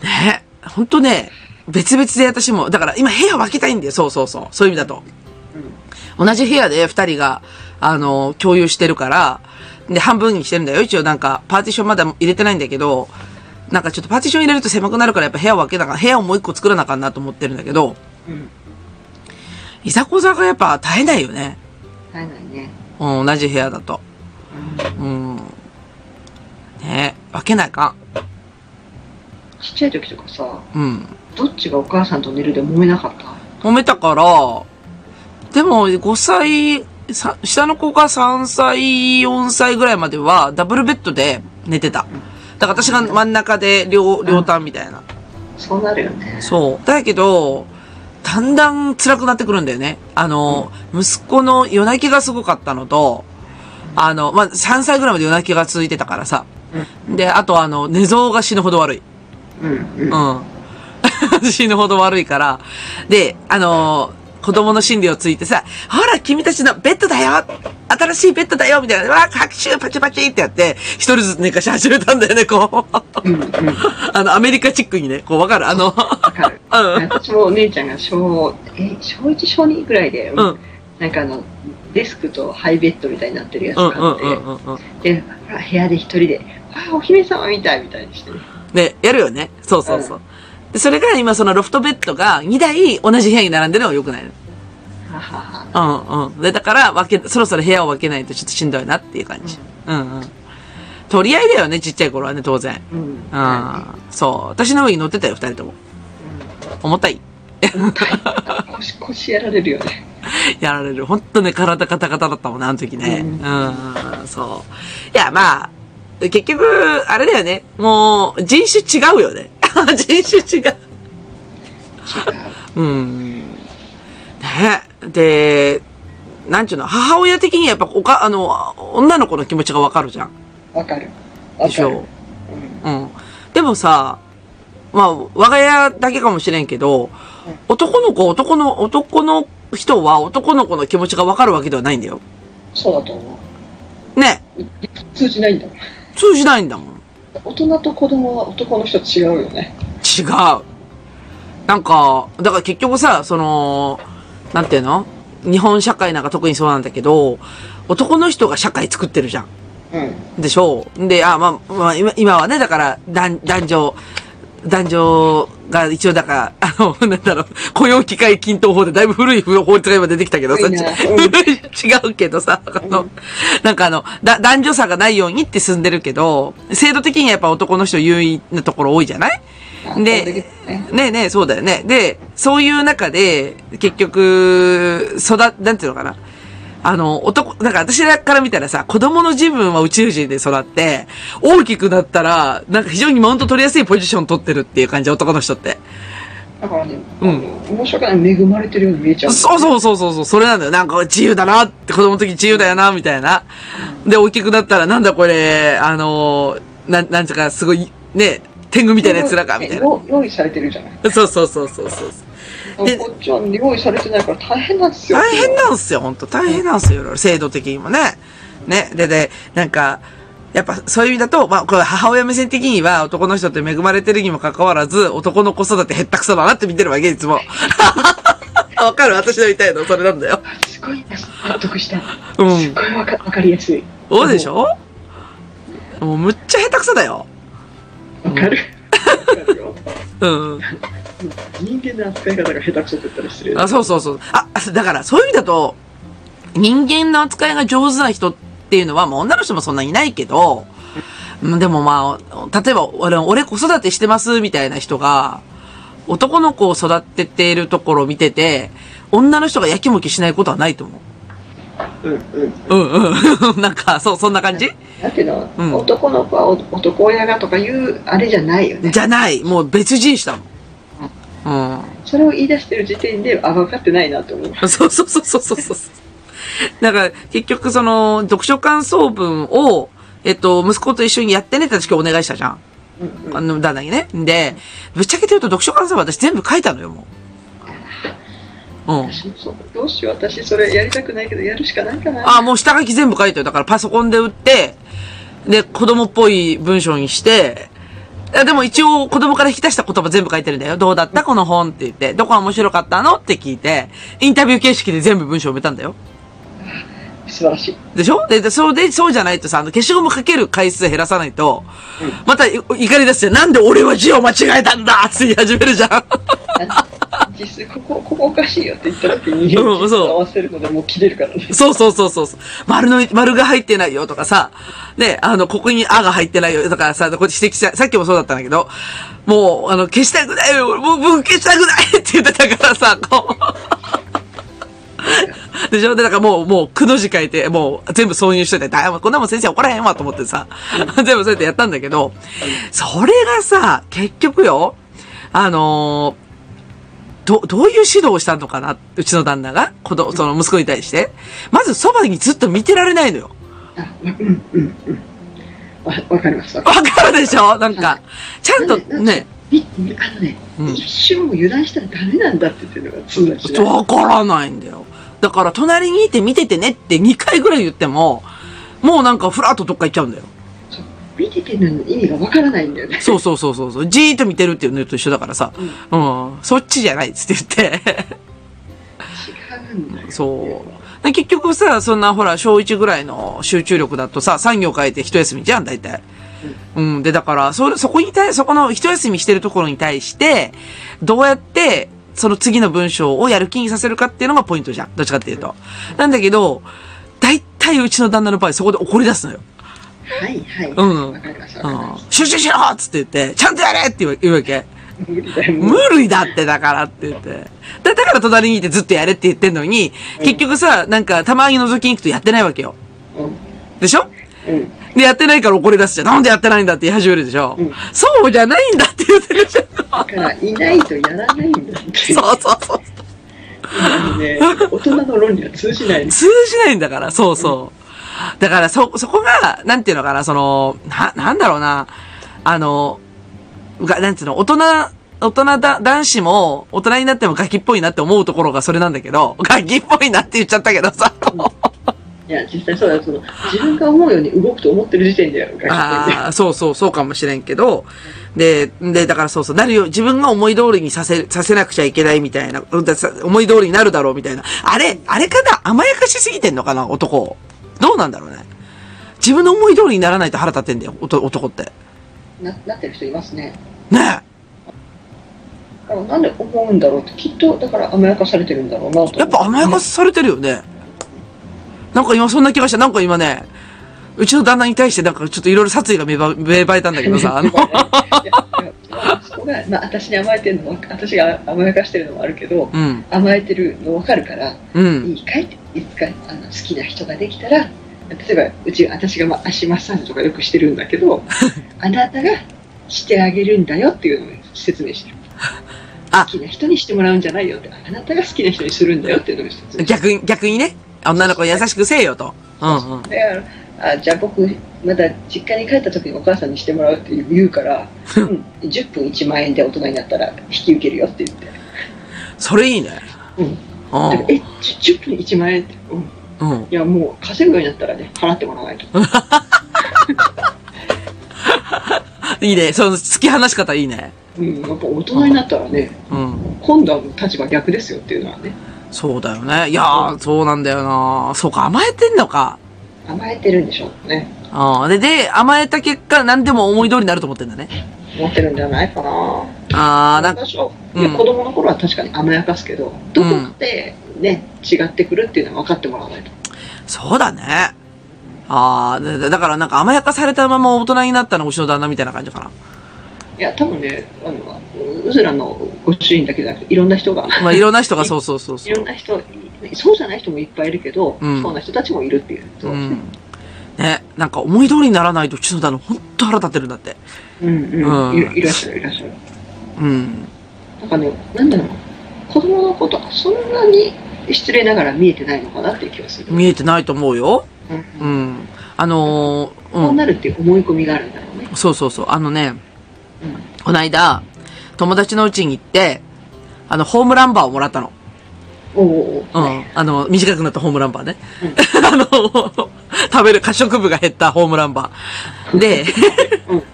Speaker 2: ねほんとね、別々で私も、だから今部屋分けたいんだよ。そうそうそう。そういう意味だと。同じ部屋で二人が、あの、共有してるから、で、半分にしてるんだよ。一応なんか、パーティションまだ入れてないんだけど、なんかちょっとパーティション入れると狭くなるからやっぱ部屋を分けながら、部屋をもう一個作らなあかんなと思ってるんだけど、
Speaker 3: ゃん。うん。
Speaker 2: いざこざがやっぱ絶えないよね。
Speaker 3: 絶えないね。
Speaker 2: うん、同じ部屋だと。うん。ねえ、分けないか
Speaker 3: ちっちゃい時とかさ、
Speaker 2: ん。うん。
Speaker 3: どっちがお母さんと寝るで揉めなかった
Speaker 2: 揉めたから、でも5歳、さ下の子が3歳、4歳ぐらいまではダブルベッドで寝てた。だから私が真ん中で両、両端みたいな。
Speaker 3: そうなるよね。
Speaker 2: そう。だけど、だんだん辛くなってくるんだよね。あの、息子の夜泣きがすごかったのと、あの、まあ、3歳ぐらいまで夜泣きが続いてたからさ。で、あとあの、寝相が死ぬほど悪い。
Speaker 3: うん。うん。うん。
Speaker 2: うん。 死ぬほど悪いから。で、あのー子供の心理をついてさ、ほら、君たちのベッドだよ新しいベッドだよみたいな、わー、拍手パチパチってやって、一人ずつ寝かし始めたんだよね、こう。
Speaker 3: うん。うん。
Speaker 2: あの、アメリカチックにね、こう、わかるあの、
Speaker 3: わかる。
Speaker 2: うん。
Speaker 3: 私もお姉ちゃんが小、え、小1、小2ぐらいで、
Speaker 2: うん。
Speaker 3: なんかあの、デスクとハイベッドみたいになってるやつ
Speaker 2: うん、
Speaker 3: 買って、
Speaker 2: うん、うん、うんうん。
Speaker 3: で、ほら部屋で一人で、ああ、お姫様みたいみたいにしてね。
Speaker 2: ね、やるよね。そうそうそう。で、それが今、そのロフトベッドが2台同じ部屋に並んでるのが良くないの。
Speaker 3: ははは。
Speaker 2: うんうん。で、だから、分け、そろそろ部屋を分けないとちょっとしんどいなっていう感じ。うんうん。取り合いだよね、ちっちゃい頃はね、当然。
Speaker 3: う
Speaker 2: う
Speaker 3: ん。
Speaker 2: ん。そう。私の上に乗ってたよ、二人とも。重たい。
Speaker 3: うん。痛い腰、腰やられるよね。
Speaker 2: やられる。ほんとね、体カタカタだったもんね、あの時ね。う、
Speaker 3: うん
Speaker 2: そう。いや、まあ、結局、あれだよね。もう、人種違うよね。 人種違う。うん。ね。で、なんちゅうの、母親的にやっぱ、おか、あの、女の子の気持ちがわかるじゃん。
Speaker 3: わかる。わ
Speaker 2: で
Speaker 3: か
Speaker 2: し
Speaker 3: る
Speaker 2: ょ。。うん。でもさ、まあ、我が家だけかもしれんけど、男の子、男の、男の人は男の子の気持ちがわかるわけではないんだよ。
Speaker 3: そうだと思
Speaker 2: ね。
Speaker 3: う。通じないんだもん。
Speaker 2: 通じないんだもん。
Speaker 3: 大人と子供は男の人と違うよね。
Speaker 2: 違う。なんか、だから結局さ、その、なんていうの日本社会なんか特にそうなんだけど、男の人が社会作ってるじゃん。
Speaker 3: うん。
Speaker 2: でしょう。で、あ、まあ、まあ、今今はね、だから、男男女、男女が一応、だから、あの、 なんだろう、雇用機会均等法でだいぶ古い法律が今出てきたけどさ、
Speaker 3: 古いね
Speaker 2: ち
Speaker 3: う ん
Speaker 2: 違うけどさ、あの、なんかあの、だ男女差がないようにって進んでるけど、制度的にはやっぱ男の人優位なところ多いじゃない
Speaker 3: 圧倒的
Speaker 2: で
Speaker 3: だね、
Speaker 2: ねえねえ、そうだよね。で、そういう中で、結局、育、なんていうのかな。あの、男、なんか私らから見たらさ、子供の自分は宇宙人で育って、大きくなったら、なんか非常にマウント取りやすいポジション取ってるっていう感じ、男の人って。
Speaker 3: だからね、
Speaker 2: うん
Speaker 3: あの申し訳ない。恵まれてるように見えちゃう。
Speaker 2: そうそうそうそうそう、それなんだよ。なんか自由だなって、子供の時自由だよな、みたいな。で、大きくなったら、なんだこれ、あの、なん、なんていうか、すごい、ね、天狗みたいなやつらか、みたいな。
Speaker 3: 用用意されてるじゃない。
Speaker 2: そうそうそうそうそう。で
Speaker 3: こっちは用意されてないから大変なんですよ。
Speaker 2: 大変なんすよ、本当大変なんすよ、いろいろ制度的にもね。ね。で、で、なんか、やっぱそういう意味だと、まあ、これは母親目線的には男の人って恵まれてるにもかかわらず、男の子育てへったくそだなって見てるわけ、いつ も。わかる私の言いたいの、それなんだよ。
Speaker 3: すごいね納得した。
Speaker 2: うん
Speaker 3: すっごいわかわかりやすい。
Speaker 2: そうでしょもうむっちゃ下手くそだよ。
Speaker 3: わかる。わかるよ
Speaker 2: うん。
Speaker 3: 人間の扱い方が下手くそって言ったら失礼だ。
Speaker 2: あ、そうそうそう。あ、だからそういう意味だと、人間の扱いが上手な人っていうのは、まあ女の人もそんなにいないけど、うんでもまあ、例えば俺、俺子育てしてますみたいな人が、男の子を育てているところを見てて、女の人がやきもきしないことはないと思う。
Speaker 3: うんうん。
Speaker 2: うんうん。 なんか、そう、そんな感じ
Speaker 3: だけど、
Speaker 2: うん
Speaker 3: 男の子はお男親がとかいうあれじゃないよね。
Speaker 2: じゃない。もう別人種だもん。うん。
Speaker 3: それを言い出してる時点で、あ、分かってないなと思 う。
Speaker 2: そうそうそうそうそうそう。だから、結局その、読書感想文を、えっと、息子と一緒にやってねって私今日お願いしたじゃん。
Speaker 3: うんうん
Speaker 2: あの、旦那にね。で、ぶっちゃけて言うと読書感想文私全部書いたのよ、もう。うん。
Speaker 3: 私もそうどうしよう、私それやりたくないけど、やるしかないかな。
Speaker 2: あ、もう下書き全部書いてよ。だからパソコンで打って、で、子供っぽい文章にして、いやでも一応子供から引き出した言葉全部書いてるんだよ。どうだったこの本って言って。どこが面白かったのって聞いて、インタビュー形式で全部文章埋めたんだよ。
Speaker 3: 素晴らしい。
Speaker 2: でしょで、で、そうで、そうじゃないとさ、あの、消しゴムかける回数減らさないと、またい怒り出して、なんで俺は字を間違えたんだって言い始めるじゃん。
Speaker 3: あの実際ここ、ここおかしいよって言った時に、
Speaker 2: うんそう
Speaker 3: 合わせるのでもう切れるからね。
Speaker 2: そうそうそうそうそう。丸の、丸が入ってないよとかさ、ね、あの、ここにあが入ってないよとかさ、こっち指摘した、さっきもそうだったんだけど、もう、あの、消したくないよ、もう、僕消したくないって言ってたからさ、こ う。でしょで、だからもう、もう、くの字書いて、もう、全部挿入しといて、だいこんなもん先生怒らへんわと思ってさ、全部そうやってやったんだけど、それがさ、結局よ、あのーど、どういう指導をしたのかなうちの旦那が、子供、その息子に対して。まずそばにずっと見てられないのよ。
Speaker 3: あうんうんうん。わわかります。わか
Speaker 2: わかるでしょなんか、ちゃんとね、
Speaker 3: りみあのね、
Speaker 2: うん
Speaker 3: 一瞬も油断したらダメなんだって言ってるのが通だしね。
Speaker 2: わからないんだよ。だから隣にいて見ててねって2回ぐらい言っても、もうなんかふらっとどっか行っちゃうんだよ。
Speaker 3: そう見ててるのに意味がわからないんだよね。
Speaker 2: そうそうそうそうそう。じーっと見てるっていうのと一緒だからさ、うん、そっちじゃないっつって言って。
Speaker 3: 違うんだよ。
Speaker 2: そう。で結局さ、そんなほら、小1ぐらいの集中力だとさ、産業変えて一休みじゃん、大体。うん。で、だから、そ、そこに対、そこの一休みしてるところに対して、どうやって、その次の文章をやる気にさせるかっていうのがポイントじゃん。どっちかっていうと。なんだけど、大体うちの旦那の場合、そこで怒り出すのよ。
Speaker 3: はいはい。
Speaker 2: うん
Speaker 3: わかりました。
Speaker 2: う
Speaker 3: わかり
Speaker 2: ん
Speaker 3: まし。
Speaker 2: 集中しろっつって言って、ちゃんとやれって言う言うわけ。
Speaker 3: た無理だよ、
Speaker 2: 無
Speaker 3: もう
Speaker 2: 理だってだからって言って。だだから隣にいてずっとやれって言ってんのに、結局さ、なんかたまに覗きに行くとやってないわけよ。でしょ
Speaker 3: うん。うん。
Speaker 2: で、やってないから怒り出すじゃん。なんでやってないんだって言い始めるでしょ、
Speaker 3: うん
Speaker 2: そうじゃないんだって言ってるじゃ ん。
Speaker 3: だから、いないとやらないんだって。
Speaker 2: そうそうそう。
Speaker 3: う。ね、大人の論理は通じないです。
Speaker 2: 通じないんだから、そうそう。だから、そ、そこが、なんていうのかな、その、な、なんだろうな、あの、が、なんていうの、大人、大人だ、男子も、大人になってもガキっぽいなって思うところがそれなんだけど、 ガキっぽいなって言っちゃったけどさ、
Speaker 3: いや、実際そうだよ。その、自分が思うように動くと思ってる時点でやるから。
Speaker 2: ああ、そうそう、そうかもしれんけど、で、で、だからそうそう、なるよ、自分が思い通りにさせ、させなくちゃいけないみたいな、うんださ思い通りになるだろうみたいな。あれ、あれかな甘やかしすぎてんのかな男を。どうなんだろうね。自分の思い通りにならないと腹立ってんだよ、おと男って。
Speaker 3: な、なってる人いますね。
Speaker 2: ね
Speaker 3: だからなんで思うんだろうって、きっと、だから甘やかされてるんだろうなと。
Speaker 2: え。やっぱ甘やか
Speaker 3: す。
Speaker 2: されてるよね。なんか今そんな気がした。なんか今ね、うちの旦那に対してなんかちょっといろいろ殺意が芽生え芽生えたんだけどさ、あの
Speaker 3: い、やいやそこが、まあ、私に甘えてるのも、私が甘やかしてるのもあるけど、
Speaker 2: うん、
Speaker 3: 甘えてるの分かるから、
Speaker 2: うん。
Speaker 3: いいかいって、いつかあの好きな人ができたら、例えば、うち、私が、まあ、足マッサージとかよくしてるんだ けど、あなたがしてあげるんだよっていうのを説明してる。
Speaker 2: あ
Speaker 3: 好きな人にしてもらうんじゃないよって、あなたが好きな人にするんだよっていうのを説明してる。
Speaker 2: 逆に、逆にね、女の子優しくせえよと。うんうん。
Speaker 3: だからあじゃあ僕、まだ実家に帰った時にお母さんにしてもらうって言 うから、うん、10分1万円で大人になったら引き受けるよって言って。
Speaker 2: それいいね。
Speaker 3: うん、だから
Speaker 2: う
Speaker 3: え、ち10分1万円って、うん、
Speaker 2: ん。うん。
Speaker 3: いやもう稼ぐようになったらね、払ってもらわないと。
Speaker 2: いいね。その、突き放し方いいね。
Speaker 3: うん、やっぱ大人になったらね、
Speaker 2: うん。
Speaker 3: 今度はもう立場逆ですよっていうのはね、
Speaker 2: そうだよね。いやー、そうなんだよなそうか、甘えてんのか。
Speaker 3: 甘えてるんでしょうね。
Speaker 2: うん。で、で、甘えた結果、何でも思い通りになると思ってんだね。
Speaker 3: 思ってるんじゃないかな。
Speaker 2: あー、なんか、
Speaker 3: 私は、
Speaker 2: うん
Speaker 3: いや子供の頃は確かに甘やかすけど、どこかでね、違ってくるっていうのは分かってもらわないと。
Speaker 2: そうだね。あー、だだからなんか甘やかされたまま大人になったの、うちの旦那みたいな感じかな。
Speaker 3: いや、多分ね、あの、うずらのご主人だけじゃなくて、いろんな人が、
Speaker 2: まあ、いろんな人がそうそうそう
Speaker 3: い
Speaker 2: そう
Speaker 3: ろ。んな人、そうじゃない人もいっぱいいるけど、
Speaker 2: うん
Speaker 3: そうな人たちもいるっていうと、
Speaker 2: うん。ね、なんか思い通りにならないとうちの旦那ほんと腹立ってるんだって。
Speaker 3: うんうん、
Speaker 2: うん
Speaker 3: いいらっしゃるいらっしゃる。
Speaker 2: うん。
Speaker 3: なんかね、なんだろう、子供のことはそんなに失礼ながら見えてないのかなっていう気がする。
Speaker 2: 見えてないと思うよ。
Speaker 3: う
Speaker 2: う、
Speaker 3: ん
Speaker 2: ん。あのー、
Speaker 3: こ
Speaker 2: う。
Speaker 3: うんなるっていう思い込みがあるんだろうね。
Speaker 2: そうそうそう。あのね、
Speaker 3: うん
Speaker 2: こないだ、友達の家に行って、あの、ホームランバーをもらったの。
Speaker 3: おう
Speaker 2: う
Speaker 3: おうおう、
Speaker 2: ん。あの、短くなったホームランバーね。 あの、食べる、可食部が減ったホームランバー。で、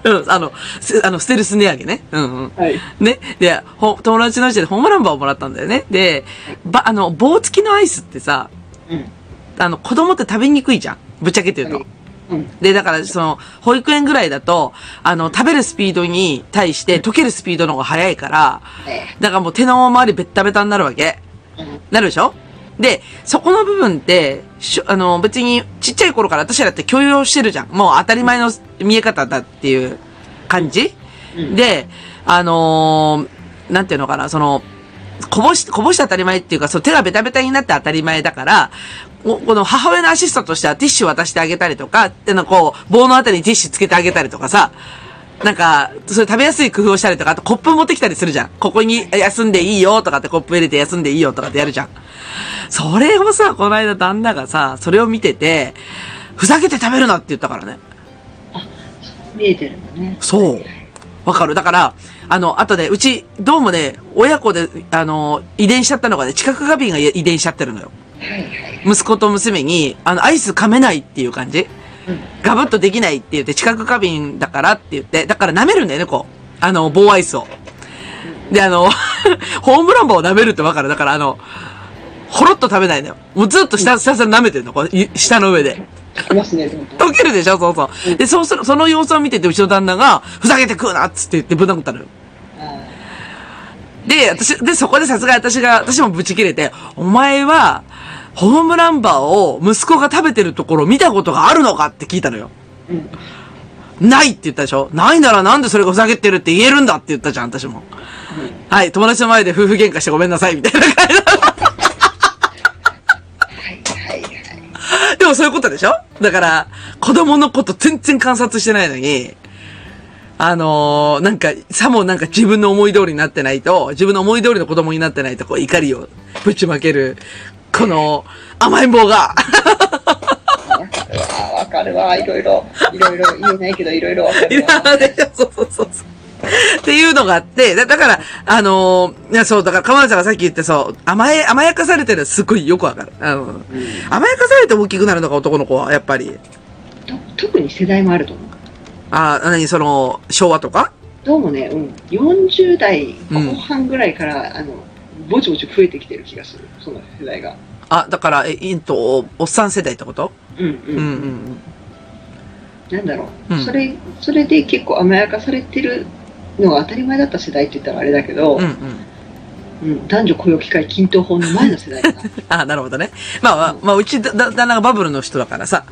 Speaker 2: うん、あの、すあの、ステルス値上げね。うんうん。
Speaker 3: はい。
Speaker 2: ね。で、ほ、友達の家でホームランバーをもらったんだよね。で、ば、あの、棒付きのアイスってさ、
Speaker 3: うん。
Speaker 2: あの、子供って食べにくいじゃん。ぶっちゃけて言うと。
Speaker 3: うん。
Speaker 2: で、だから、その、保育園ぐらいだと、あの、食べるスピードに対して溶けるスピードの方が早いから、
Speaker 3: え
Speaker 2: だからもう手の周りベッタベタになるわけ。
Speaker 3: えうん
Speaker 2: なるでしょで、そこの部分って、しょあの、別にちっちゃい頃から私らって教養してるじゃん。もう当たり前の見え方だっていう感じ、
Speaker 3: うん
Speaker 2: で、あのーなんていうのかな、その、こぼし、こぼして当たり前っていうか、そう手がベタベタになって当たり前だから、おこの母親のアシスタントとしてはティッシュ渡してあげたりとか、ってのこう、棒のあたりにティッシュつけてあげたりとかさ、なんか、それ食べやすい工夫をしたりとか、あとコップ持ってきたりするじゃん。ここに休んでいいよとかってコップ入れて休んでいいよとかってやるじゃん。それをさ、この間旦那がさ、それを見てて、ふざけて食べるなって言ったからね。
Speaker 3: 見えてるのね。
Speaker 2: そう。わかる。だから、あの、あとね、うち、どうもね、親子で、あの、遺伝しちゃったのがね、知覚過敏が遺伝しちゃってるのよ。
Speaker 3: はいはい。
Speaker 2: 息子と娘に、あの、アイス噛めないっていう感じ
Speaker 3: うん
Speaker 2: ガブッとできないって言って、知覚過敏だからって言って、だから舐めるんだよね、こう。あの、棒アイスを。で、あの、 ホームラン棒を舐めるってわかる。だから、あの、ほろっと食べないのよ。もうずっと下、下、下舐めてるの、こう、い下の上で。
Speaker 3: 聞きますね、どんどん。
Speaker 2: 溶けるでしょ、そうそう。で、そうする、その様子を見てて、うちの旦那が、ふざけて食うなっつって言ってぶん殴ったのよ。
Speaker 3: あ
Speaker 2: で、私、で、そこでさすがに私が、私もブチ切れて、お前は、ホームランバーを息子が食べてるところを見たことがあるのかって聞いたのよ。
Speaker 3: ーうん
Speaker 2: ないって言ったでしょないならなんでそれがふざけてるって言えるんだって言ったじゃん、私も。はい、友達の前で夫婦喧嘩してごめんなさい、みたいな感じ。
Speaker 3: はいはいはい
Speaker 2: でもそういうことでしょだから、子供のこと全然観察してないのに、あのーなんか、さもなんか自分の思い通りになってないと、自分の思い通りの子供になってないと、こう怒りをぶちまける、この甘えん坊が、
Speaker 3: わかるわわかるわいろいろいろいろ言えないけどいろいろわか
Speaker 2: い
Speaker 3: る
Speaker 2: や
Speaker 3: わ
Speaker 2: ーでしょそうそうそうそう。っていうのがあって、だだから、あのーいや、そう、だから、かまさんがさっき言ってそう、甘え、甘やかされてるのすごいよくわかる。あの、甘やかされて大きくなるのが男の子は、やっぱり。
Speaker 3: と特に世代もあると思う
Speaker 2: あー、何、その、昭和とか
Speaker 3: どうもね、うん、40代
Speaker 2: うん
Speaker 3: 後半ぐらいから、あのぼちぼち増えてきてる気がするその世代が
Speaker 2: あ、だから、え、インと、おっさん世代ってこと
Speaker 3: うんう、
Speaker 2: うんんうん
Speaker 3: なんだろう、
Speaker 2: うん
Speaker 3: それそれで結構甘やかされてるのが当たり前だった世代って言ったらあれだけど、
Speaker 2: うん。うんう
Speaker 3: うん
Speaker 2: ん。
Speaker 3: 男女雇用機会均等法の前の世代かな
Speaker 2: あ、なるほどね。まあまあ、まあ、うちだ、だ、旦那がバブルの人だからさ。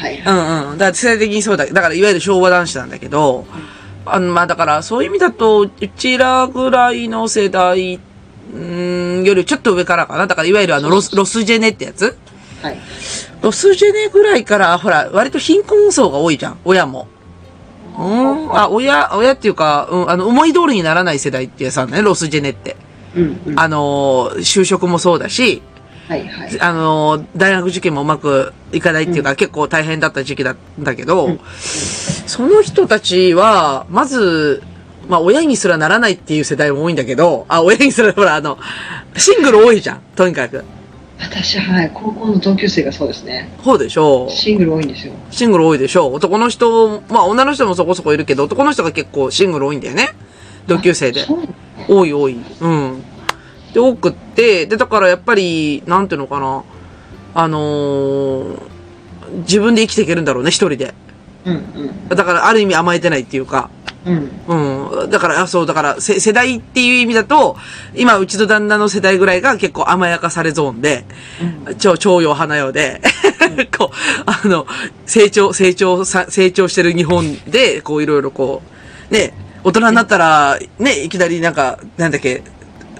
Speaker 3: はいは
Speaker 2: うんうん。だから世代的にそうだ。だから、いわゆる昭和男子なんだけど、あの、まあだから、そういう意味だと、うちらぐらいの世代、うーん、よりちょっと上からかな。だから、いわゆるあの、ロス、ロスジェネってやつ
Speaker 3: い、はい、
Speaker 2: ロスジェネぐらいから、ほら、割と貧困層が多いじゃん。親も。うん。あ、親、親っていうか、うん、あの、思い通りにならない世代ってやつなんだね、ロスジェネって。
Speaker 3: うんうんは
Speaker 2: あのー、就職もそうだし、
Speaker 3: いはい
Speaker 2: あのー、大学受験もうまくいかないっていうか、結構大変だった時期だだけど、
Speaker 3: うん
Speaker 2: その人たちは、まず、まあ、親にすらならないっていう世代も多いんだけど、あ、親にすら、ほら、あの、シングル多いじゃん、とにかく。
Speaker 3: 私はい高校の同級生がそうですね
Speaker 2: そうでしょう。
Speaker 3: シングル多いんですよ
Speaker 2: シングル多いでしょう。男の人、まあ、女の人もそこそこいるけど、男の人が結構シングル多いんだよね。同級生で。
Speaker 3: そう
Speaker 2: 多い多い。うん。で、多くって、で、だからやっぱり、なんていうのかな。あのー自分で生きていけるんだろうね、一人で。
Speaker 3: うんうん
Speaker 2: だから、ある意味甘えてないっていうか。
Speaker 3: うん
Speaker 2: うん。だから、あそう、だから、せ世代っていう意味だと、今、うちの旦那の世代ぐらいが結構甘やかされゾーンで、
Speaker 3: うん
Speaker 2: 超、超用花用で、こう、あの、成長、成長さ、成長してる日本で、こう、いろいろこう、ね、大人になったら、ね、いきなりなんか、なんだっけ、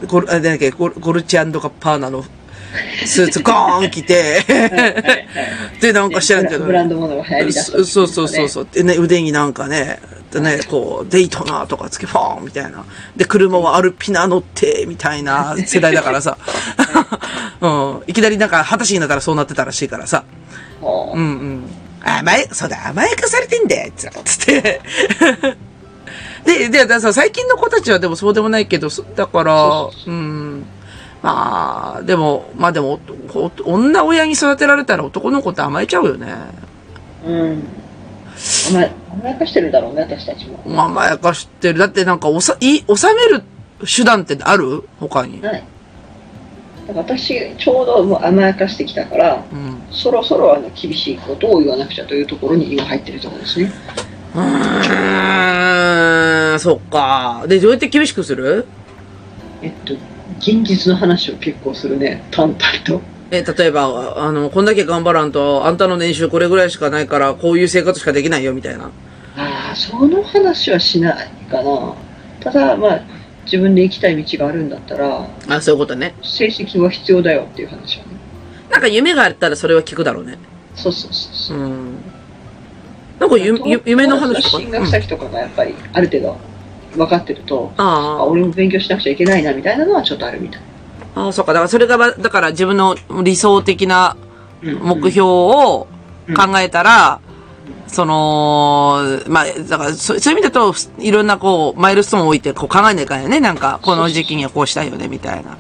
Speaker 2: ゴル、あなんだっけ、ゴルゴルチアンドカッパーナのスーツゴーン着て、
Speaker 3: はいはい
Speaker 2: で、なんか知らんけど。
Speaker 3: ブランドものが流行りだ
Speaker 2: そうそうそうそうそう。でね、腕になんかね、でね、こう、デイトナーとかつけ、ファーンみたいな。で、車はアルピナ乗って、みたいな世代だからさ。 うん。いきなりなんか、二十歳になったらそうなってたらしいからさ。
Speaker 3: ほ
Speaker 2: うんうん。甘え、そうだ、甘やかされてんだよ、つって。で、で、だからさ最近の子たちはでもそうでもないけど、そだから
Speaker 3: そう、
Speaker 2: うん。まあ、でも、まあでも、おお女親に育てられたら男の子って甘えちゃうよね。
Speaker 3: ううん甘や甘やかしてるだろうね私たちも
Speaker 2: 甘やかしてる。だってなんか、おさ、い、収める手段ってある他に。
Speaker 3: ないだから私ちょうどもう甘やかしてきたから
Speaker 2: うん。
Speaker 3: そろそろあの厳しいことを言わなくちゃというところに今入ってるところですね
Speaker 2: うーん、そっか。で、どうやって厳しくする
Speaker 3: えっと現実の話を結構するね淡々と
Speaker 2: え、例えば、あの、こんだけ頑張らんと、あんたの年収これぐらいしかないから、こういう生活しかできないよ、みたいな。
Speaker 3: ああその話はしないかなただまあ自分で行きたい道があるんだったら
Speaker 2: あ、そういうことね。
Speaker 3: 成績は必要だよっていう話はね
Speaker 2: なんか夢があったらそれは聞くだろうね。。
Speaker 3: そうそうそうそううん
Speaker 2: なんかゆゆ夢の話とか、
Speaker 3: 進
Speaker 2: う
Speaker 3: 学
Speaker 2: ん
Speaker 3: 先とかがやっぱりある程度分かってると、あ
Speaker 2: あ
Speaker 3: 俺も勉強しなくちゃいけないなみたいなのはちょっとあるみたい
Speaker 2: あ、ああ、そうか。だからそれがば、だから自分の理想的な目標を
Speaker 3: うん
Speaker 2: 考えたら、その、まあ、だからそ、そういう意味だと、いろんなこう、マイルストーンを置いて、こう考えないからね。なんか、この時期にはこうしたいよね、みたいな。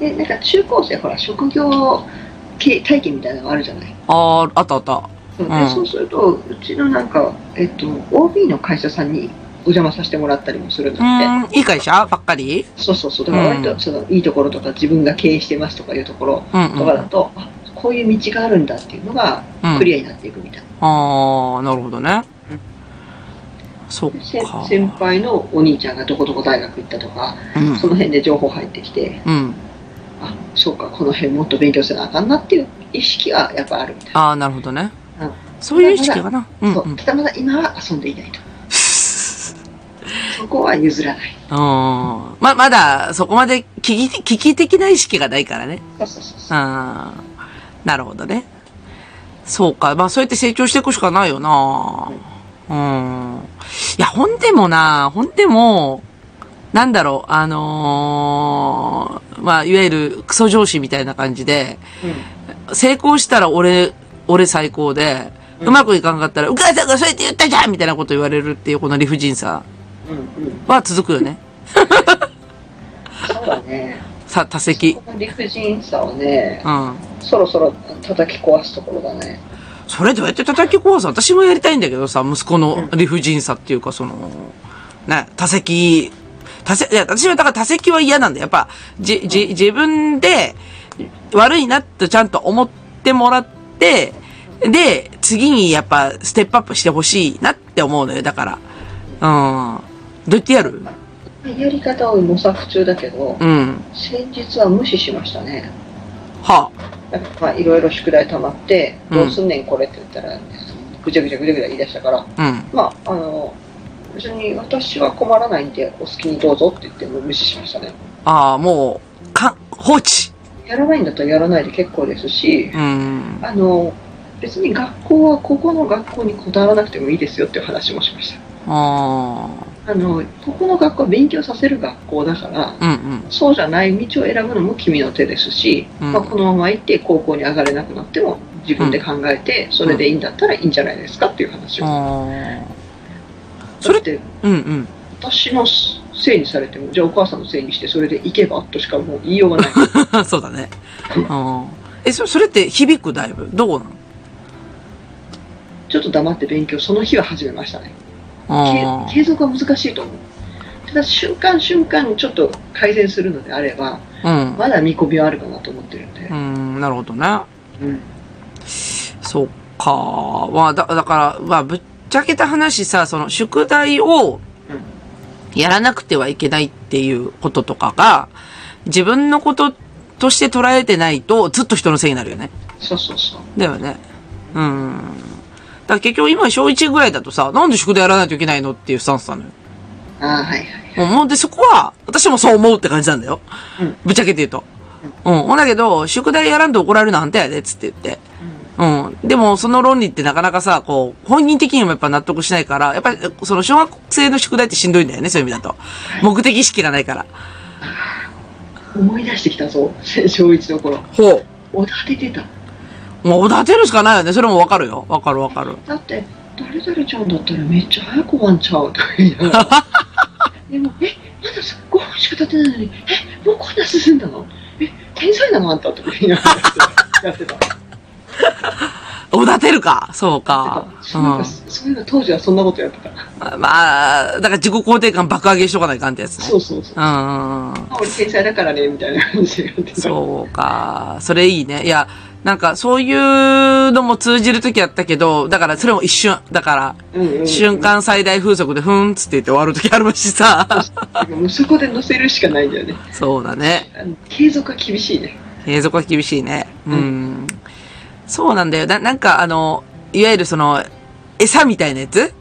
Speaker 3: でなんか中高生ほら職業系体験みたいなのがあるじゃない
Speaker 2: ああ、あったあった。
Speaker 3: そ
Speaker 2: う
Speaker 3: う,、
Speaker 2: ん
Speaker 3: でそうするとうちのなんか、えっと、OB の会社さんにお邪魔させてもらったりもするん
Speaker 2: う
Speaker 3: だって、
Speaker 2: ん、いい会社ばっかり
Speaker 3: そうそうそうだから割
Speaker 2: う
Speaker 3: と
Speaker 2: ん
Speaker 3: そのいいところとか自分が経営してますとかいうところ
Speaker 2: うん、うん。
Speaker 3: とかだと、あこういう道があるんだっていうのが
Speaker 2: うん
Speaker 3: クリアになっていくみたいな、
Speaker 2: ああ、なるほどね
Speaker 3: うん。
Speaker 2: そっ
Speaker 3: でせ
Speaker 2: か。
Speaker 3: 先輩のお兄ちゃんがどこどこ大学行ったとか
Speaker 2: うん
Speaker 3: その辺で情報入ってきて、
Speaker 2: うん。
Speaker 3: あ、そうか、この辺もっと勉強せなあかんなっていう意識がやっぱあるみたい
Speaker 2: ああ、なるほどね。
Speaker 3: な。うん
Speaker 2: そういう意識かな。うん、
Speaker 3: そうう、
Speaker 2: ん。
Speaker 3: ただまだ今は遊んでいないと。そこは譲らない。
Speaker 2: あーま、まだ、そこまで危機、危機的な意識がないからね。
Speaker 3: そうそうそうそう。
Speaker 2: ああ、なるほどね。そうか。まあ、そうやって成長していくしかないよな。うん。いや、本でもな、本でも、なんだろう、あのーまあ、いわゆるクソ上司みたいな感じで、成功したら俺、俺最高で、
Speaker 3: うん
Speaker 2: うまくいかんかったら、お母さんがそうやって言ったじゃんみたいなこと言われるっていう、この理不尽さ
Speaker 3: うん。うんうん。
Speaker 2: は続くよね。
Speaker 3: そうだね。
Speaker 2: さ、多席。
Speaker 3: この理不尽さをね、
Speaker 2: うん。
Speaker 3: そろそろ叩き壊すところだね。
Speaker 2: それどうやって叩き壊すの私もやりたいんだけどさ、息子の理不尽さっていうか、その、ね、多席、多席、いや、私はだから多席は嫌なんだよ。やっぱ、じ、じ、自分で悪いなってちゃんと思ってもらって、で、次にやっぱステップアップしてほしいなって思うのよ。だから。うん。どうやってやる
Speaker 3: やり方を模索中だけど、
Speaker 2: うん。
Speaker 3: 先日は無視しましたね。
Speaker 2: は
Speaker 3: やっぱまあいろいろ宿題溜まって、
Speaker 2: うん
Speaker 3: どうすんねんこれって言ったら、ぐちゃぐちゃぐちゃぐちゃ言い出したから、
Speaker 2: あ。うん。
Speaker 3: まあ、あの、別に私は困らないんで、お好きにどうぞって言ってもう無視しましたね。
Speaker 2: ああ、もう、か、放置。
Speaker 3: やらないんだったらやらないで結構ですし、
Speaker 2: うん。
Speaker 3: あの、別に学校はここの学校にこだわらなくてもいいですよっていう話もしまし
Speaker 2: あ
Speaker 3: た。あの、ここの学校は勉強させる学校だから、
Speaker 2: あ。うんうん。
Speaker 3: そうじゃない道を選ぶのも君の手ですし、
Speaker 2: うん
Speaker 3: まあ、このまま行って高校に上がれなくなっても自分で考えてそれでいいんだったらいいんじゃないですかっていう話を、
Speaker 2: ああ。そ
Speaker 3: そ
Speaker 2: れ
Speaker 3: れっ、て
Speaker 2: うんうん。
Speaker 3: 私のせいにされてもじゃあお母さんのせいにしてそれで行けばとしかもう言いようが な い
Speaker 2: そうだね。うん。え、そそれって響くだいぶどうなの
Speaker 3: ちょっと黙って勉強その日は始めましたね
Speaker 2: あ
Speaker 3: け継続は難しいと思うただ瞬間瞬間にちょっと改善するのであれば
Speaker 2: ー
Speaker 3: まだ見込みはあるかなと思ってるんで
Speaker 2: う、ん。うん、なるほどね。
Speaker 3: うん
Speaker 2: そっか。まあ、だ、だから、まあ、ぶっちゃけた話さ、その、宿題を
Speaker 3: うん、
Speaker 2: やらなくてはいけないっていうこととかが、自分のこととして捉えてないと、ずっと人のせいになるよね。
Speaker 3: そうそうそう
Speaker 2: だよね。うん。だから結局今、小1ぐらいだとさ、なんで宿題やらないといけないのっていうスタンスなのよ。
Speaker 3: ああはいはい
Speaker 2: うん、もうで、そこは、私もそう思うって感じなんだよ。
Speaker 3: うん
Speaker 2: ぶっちゃけて言うと。うん。ほんだけど、宿題やらんと怒られるなんてやで、つって言って。うん。でも、その論理ってなかなかさ、こう、本人的にもやっぱ納得しないから、やっぱり、その小学生の宿題ってしんどいんだよね、そういう意味だと。目的意識がないから。
Speaker 3: 思い出してきたぞ 小一の頃
Speaker 2: ほ
Speaker 3: おだててた
Speaker 2: う。もう、おだてるしかないよね。それもわかるよ。わかるわかる。
Speaker 3: だって誰々ちゃんだったらめっちゃ早く終わんちゃうとか言いながらでもえまださ5分しか経ってないのにえもうこんな進んだのえ天才なのあんたとか言いながらやってたやってた
Speaker 2: おだてるか。そうか。
Speaker 3: なんかそういうの当時はそんなことやってた
Speaker 2: うん。まあ、だから自己肯定感爆上げしとかないかんってやつ
Speaker 3: そ
Speaker 2: ね。
Speaker 3: うそうそう
Speaker 2: うんうんうん。
Speaker 3: あ俺天才だからねみたいな感じでやってた
Speaker 2: そうか。それいいね。いや、なんかそういうのも通じるときあったけど、だからそれも一瞬。だか
Speaker 3: うんうんう
Speaker 2: ら、
Speaker 3: ん
Speaker 2: 瞬間最大風速でふんっつって言って終わるときあるし さ。
Speaker 3: もうそこで乗せるしかないんだよね
Speaker 2: そうだね。
Speaker 3: あの継続は厳しいね
Speaker 2: 継続は厳しいね。うん。そうなんだよ。な、なんかあの、いわゆるその、餌みたいなやつ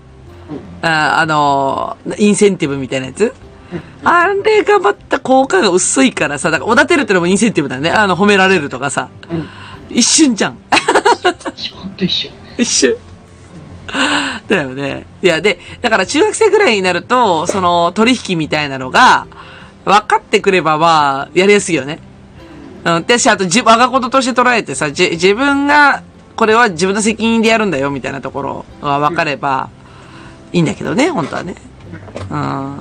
Speaker 2: ああの、インセンティブみたいなやつあれがまた効果が薄いからさ、だからおだてるってのもインセンティブだよね。あの、褒められるとかさ。
Speaker 3: うん
Speaker 2: 一瞬じゃん。
Speaker 3: ほんと一緒
Speaker 2: 一瞬。だよね。いや、で、だから中学生ぐらいになると、その取引みたいなのが、分かってくればまあ、やりやすいよね。うん。で、し、あと、じ、我がこととして捉えてさ、じ、自分が、これは自分の責任でやるんだよ、みたいなところが分かれば、いいんだけどね、本当はね。うん。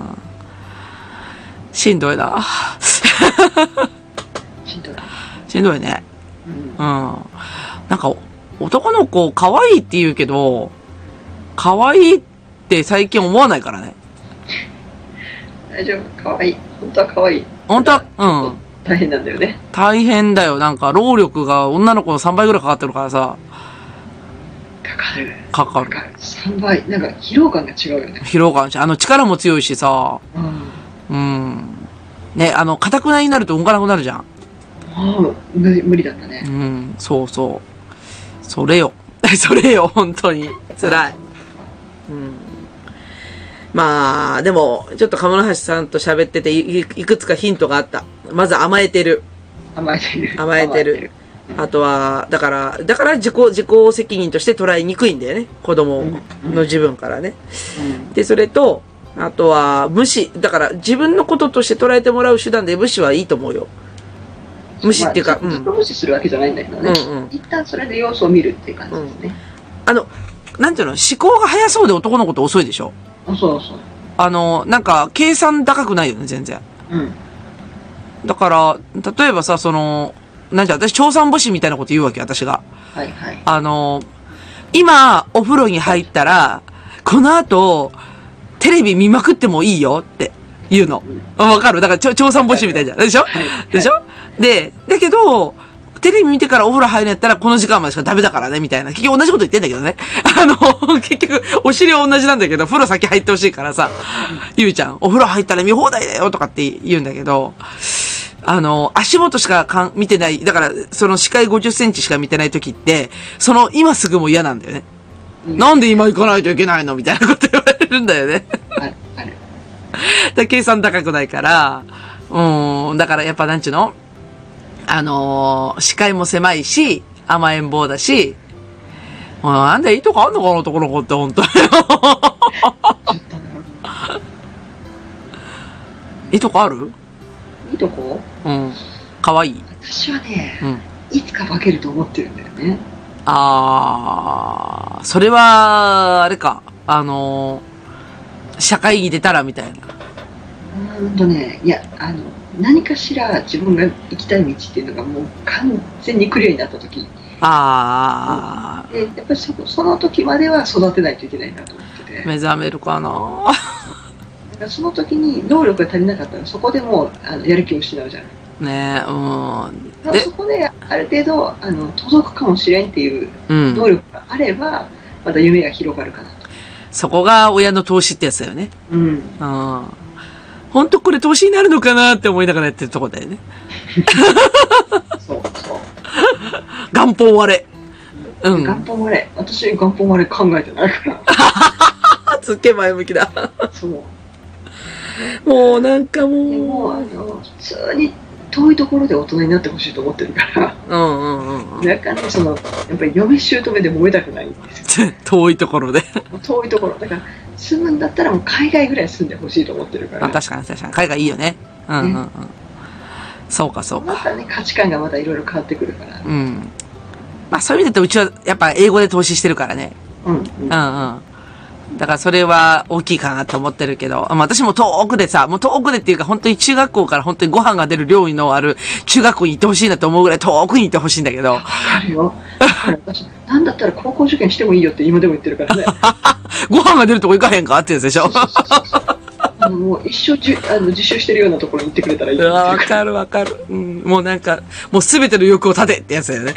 Speaker 2: しんどいな。
Speaker 3: しんどい
Speaker 2: しんどいね。
Speaker 3: うん
Speaker 2: うん。なんか、男の子、可愛いって言うけど、可愛いって最近思わないからね。
Speaker 3: 大丈夫かわいい本当はかわいい
Speaker 2: 本当は、うん。
Speaker 3: 大変なんだよね
Speaker 2: 大変だよ。なんか、労力が女の子の3倍ぐらいかかってるからさ、
Speaker 3: かかる
Speaker 2: かか
Speaker 3: な
Speaker 2: る。
Speaker 3: んか3倍なんか疲労感が違うよね
Speaker 2: 疲労感し、あの、力も強いしさ、
Speaker 3: うん
Speaker 2: うん。ね、あの、固くなりになると動かなくなるじゃん。
Speaker 3: もう無無理だった
Speaker 2: う
Speaker 3: ね
Speaker 2: ん、そうそう。それよ。 対それよ、本当に。辛い。うん。まあ、でも、ちょっと鴨橋さんと喋っててい、いいくつかヒントがあった。まず甘えてる。
Speaker 3: 甘えてる。
Speaker 2: 甘えてる。あとは、だから、だから自己、自己責任として捉えにくいんだよね。子供の自分からね。
Speaker 3: うん
Speaker 2: で、それと、あとは、無視。だから、自分のこととして捉えてもらう手段で無視はいいと思うよ。無視っていうか、
Speaker 3: まあずっと無視するわけじゃないんだけど
Speaker 2: うん。う
Speaker 3: ね。
Speaker 2: んうん。
Speaker 3: 一旦それで様子を見るっていう感じですね。
Speaker 2: あの、なんていうの、思考が早そうで男の子って遅いでしょ
Speaker 3: あそうそう。
Speaker 2: あの、なんか、計算高くないよね、全然。
Speaker 3: うん。
Speaker 2: だから、例えばさ、その、なんじゃ、私、調査母子みたいなこと言うわけ、私が。
Speaker 3: はいはい。
Speaker 2: あの、今、お風呂に入ったら、この後、テレビ見まくってもいいよって言うの。わかるだから、ちょ、調査募集みたいじゃん。でしょ
Speaker 3: は い
Speaker 2: でしょで、だけど、テレビ見てからお風呂入るんやったら、この時間までしかダメだからね、みたいな。結局同じこと言ってんだけどね。 あの、結局、お尻は同じなんだけど、風呂先入ってほしいからさ、ゆうちゃん、お風呂入ったら見放題だよとかって言うんだけど、あの、足元しかかん見てない、だから、その視界50センチしか見てない時って、その今すぐも嫌なんだよね。
Speaker 3: うん
Speaker 2: なんで今行かないといけないのみたいなこと言われるんだよね。
Speaker 3: あるある。
Speaker 2: だから計算高くないから、うん、だからやっぱなんちゅうのあのー視界も狭いし、甘えん坊だし、うんなんでいいとこあんのかな、男の子って、本当に。
Speaker 3: ちょっとない
Speaker 2: いとこある
Speaker 3: いいとこ
Speaker 2: うん。かわいい。
Speaker 3: 私はね、
Speaker 2: うん。
Speaker 3: いつか化けると思ってるんだよね。
Speaker 2: あー、それは、あれか、あのー社会に出たらみたいな。
Speaker 3: うーんとね、いや、あの、何かしら自分が行きたい道っていうのがもう完全にクリアになった時
Speaker 2: あ
Speaker 3: で、やっぱりそこその時までは育てないといけないなと思ってて
Speaker 2: ー、、目覚めるかな。
Speaker 3: だからその時に能力が足りなかったらそこでもうあのやる気を失うじゃない。
Speaker 2: ねえ、うん。
Speaker 3: だから
Speaker 2: で
Speaker 3: そこである程度あの届くかもしれんっていう
Speaker 2: うん。
Speaker 3: 能力があれば、また夢が広がるかなと。
Speaker 2: そこが親の投資ってやつだよね。
Speaker 3: うん。
Speaker 2: うん。本当これ投資になるのかなって思いながらやってるとこだよね。
Speaker 3: そうそう。
Speaker 2: 元本割れ。うん。
Speaker 3: 元本割れ。私、元本割れ考えてないか
Speaker 2: あ、つっけ前向きだ。
Speaker 3: ら。そう。
Speaker 2: もうなんか
Speaker 3: でも、あ
Speaker 2: もう。
Speaker 3: の、普通に遠いところで大人になってほしいと思ってるから。
Speaker 2: うんうんうんうん。
Speaker 3: なんかね、その、やっぱり嫁姑で揉めたくないんですよ。
Speaker 2: 遠いところで。
Speaker 3: 遠いところ。だから、住むんだったらもう海外ぐらい住んでほしいと思ってるから。
Speaker 2: あ、確かに確かに。海外いいよね。うんうんうん。そうかそう
Speaker 3: ま
Speaker 2: か。
Speaker 3: たね、価値観がまたいろいろ変わってくるから。
Speaker 2: うん。まあそういう意味だとうちはやっぱ英語で投資してるからね。
Speaker 3: うん、うん。
Speaker 2: うんうん。だからそれは大きいかなと思ってるけど、まあ私も遠くでさ、もう遠くでっていうか本当に中学校から本当にご飯が出る料理のある中学校に行ってほしいなと思うぐらい遠くに行ってほしいんだけど、
Speaker 3: あるよ。だから私、なんだったら高校受験してもいいよって今でも言ってるからね。
Speaker 2: ご飯が出るとこ行かへんかってやつでしょ
Speaker 3: そうそうそうそうあのもう一生じゅあの自習してるようなところに行ってくれたらいいうよ
Speaker 2: わ、
Speaker 3: っ
Speaker 2: わ
Speaker 3: て
Speaker 2: かるわかる。うん、もうなんか、もうすべての欲を立てってやつだよね。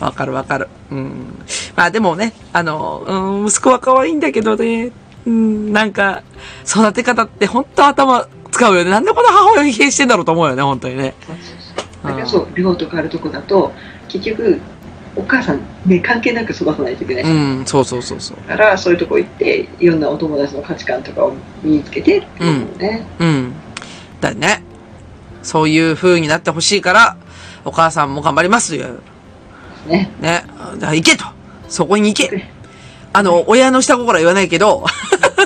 Speaker 2: わかるわかる。うん。まあでもね、あの、うん、息子は可愛いんだけどね、うん、なんか、育て方って本当頭使うよね。なんでこの母親に否定してんだろうと思うよね、本当にね。
Speaker 3: そうそうそうだからそう、寮とかあるとこだと、結局、お母さん、ね、関係なく育たないといけない。
Speaker 2: うん、そうそうそうそう。
Speaker 3: からそういうとこ行っていろんなお友達の価値観とかを身につけてってことね、
Speaker 2: うん。だよね。そういう風になってほしいから、お母さんも頑張りますという。
Speaker 3: ね
Speaker 2: ね。だから行けと。そこに行け。あの、親の下心は言わないけど、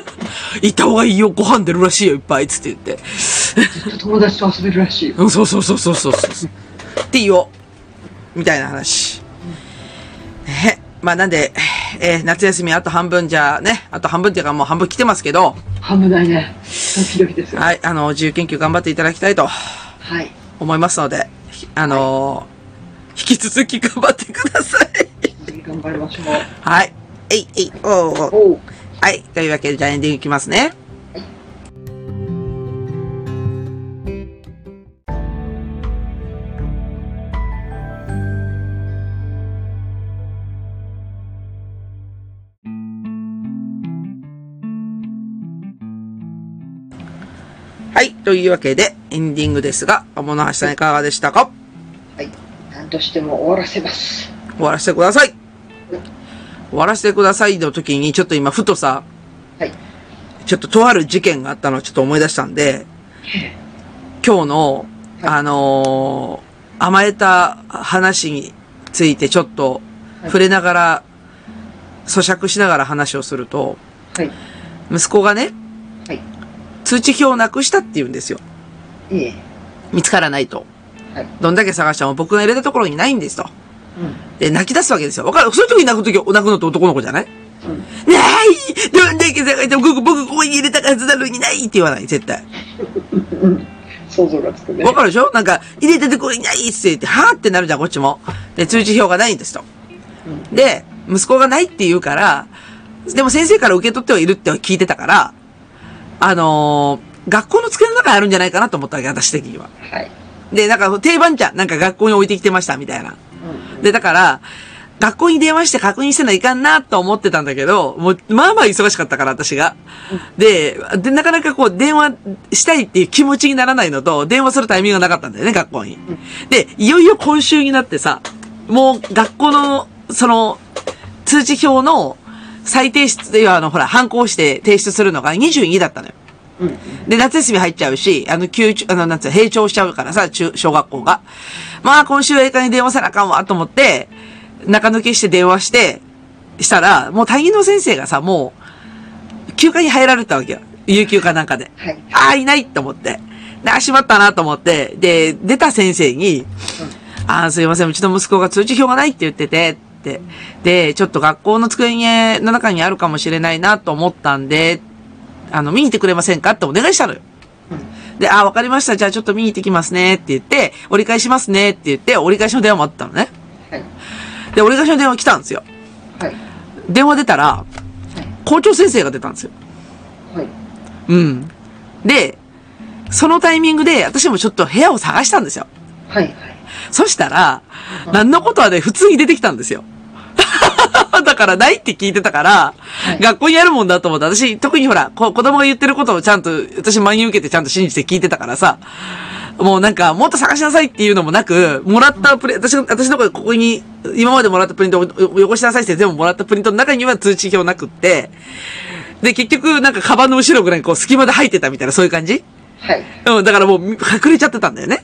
Speaker 2: 行った方がいいよ、ご飯出るらしいよ、いっぱい、つって言って。
Speaker 3: ずっと友達と遊べるらしいよ
Speaker 2: うん、そうそうそうそうそうそう。って言おう。みたいな話。ね。まあなんで、えー夏休みあと半分じゃね、あと半分っていうかもう半分来てますけど、
Speaker 3: 半分ないねドキドキですよ
Speaker 2: はい、あの、自由研究頑張っていただきたいと
Speaker 3: はい
Speaker 2: 思いますので、ひあのー引き続き頑張ってください。
Speaker 3: 次頑張りましょう
Speaker 2: はい。えい、えい、おうおう
Speaker 3: おう
Speaker 2: はい。というわけで、じゃあエンディングいきますね。はい。というわけで、エンディングですが、鴨の橋さんいかがでしたか
Speaker 3: はい何としても終わらせます
Speaker 2: 終わらせてください終わらせてくださいの時に、ちょっと今、ふとさ、
Speaker 3: はい
Speaker 2: ちょっととある事件があったのをちょっと思い出したんで、
Speaker 3: え
Speaker 2: 今日の、
Speaker 3: はい
Speaker 2: あのー甘えた話についてちょっと
Speaker 3: はい
Speaker 2: 触れながら、咀嚼しながら話をすると、
Speaker 3: はい。
Speaker 2: 息子がね、
Speaker 3: はい
Speaker 2: 通知表をなくしたって言うんですよ。
Speaker 3: いえ。
Speaker 2: 見つからないと。
Speaker 3: はい
Speaker 2: どんだけ探しても僕が入れたところにないんですと。
Speaker 3: う
Speaker 2: で、泣き出すわけですよ。わかるそういう時に泣く時、泣くのって男の子じゃない
Speaker 3: ん。うん。
Speaker 2: ないどんだけ探しても僕、僕ここに入れたはずなのにないって言わない、絶対。
Speaker 3: うん想像がつくね。
Speaker 2: わかるでしょなんか、入れててこれないっすって言って、はぁってなるじゃん、こっちも。で、通知表がないんですと。で、息子がないって言うから、でも先生から受け取ってはいるって聞いてたから、あのー学校の机の中にあるんじゃないかなと思ったわけ、私的には。
Speaker 3: はい。
Speaker 2: で、なんか定番じゃん。なんか学校に置いてきてました、みたいな。
Speaker 3: うん
Speaker 2: で、だから、学校に電話して確認してないかんなと思ってたんだけど、もう、まあまあ忙しかったから、私が。で、で、なかなかこう、電話したいっていう気持ちにならないのと、電話するタイミングがなかったんだよね、学校に。で、いよいよ今週になってさ、もう学校の、その、通知表の再提出で、あの、ほら、反抗して提出するのが22だったのよ。
Speaker 3: うん。うん。
Speaker 2: で、夏休み入っちゃうし、あの、休中、あの、なんつうの、閉庁しちゃうからさ、中、小学校が。まあ、今週映画に電話せなあかんわ、と思って、中抜けして電話して、したら、もう担任の先生がさ、もう、休暇に入られたわけよ。有給かなんかで。
Speaker 3: はい。
Speaker 2: ああ、いないと思って。で、あ、しまったなと思って。で、出た先生に、ああ、すいません、うちの息子が通知表がないって言ってて、って。で、ちょっと学校の机の中にあるかもしれないなと思ったんで、あの、見に行ってくれませんかってお願いしたのよ。で、ああ、わかりました。じゃあちょっと見に行ってきますね。って言って、折り返しますね。って言って、折り返しの電話もあったのね。
Speaker 3: はい。
Speaker 2: で、折り返しの電話来たんですよ。
Speaker 3: はい。
Speaker 2: 電話出たら、校長先生が出たんですよ。
Speaker 3: はい。
Speaker 2: うん。で、そのタイミングで私もちょっと部屋を探したんですよ。
Speaker 3: はい。はい。
Speaker 2: そしたら、何のことはね、普通に出てきたんですよ。 だからないって聞いてたから、
Speaker 3: い
Speaker 2: 学校にあるもんだと思って、私、特にほら、こ子供が言ってることをちゃんと、私真に受けてちゃんと信じて聞いてたからさ、もうなんか、もっと探しなさいっていうのもなく、もらったプリン私の、私の声ここに、今までもらったプリントをよよこしなさいって全部もらったプリントの中には通知表なくって、で、結局、なんか、カバンの後ろぐらいにこう、隙間で入ってたみたいな、そういう感じ
Speaker 3: はい。
Speaker 2: うん、だからもうみ隠れちゃってたんだよね。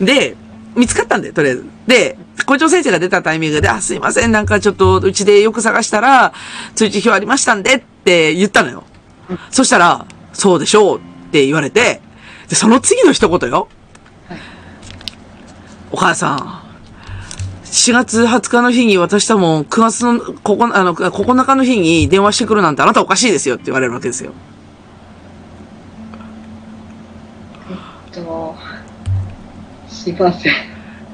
Speaker 2: で、見つかったんだよ、とりあえず。で、校長先生が出たタイミングで、あ、すいません、なんかちょっと、うちでよく探したら、通知表ありましたんでって言ったのよ。そしたら、そうでしょうって言われて、で、その次の一言よ。
Speaker 3: はい
Speaker 2: お母さん、4月20日の日に渡したもん、9月の、ここ、あの、9日の日に電話してくるなんてあなたおかしいですよって言われるわけですよ。
Speaker 3: えっと。すいません。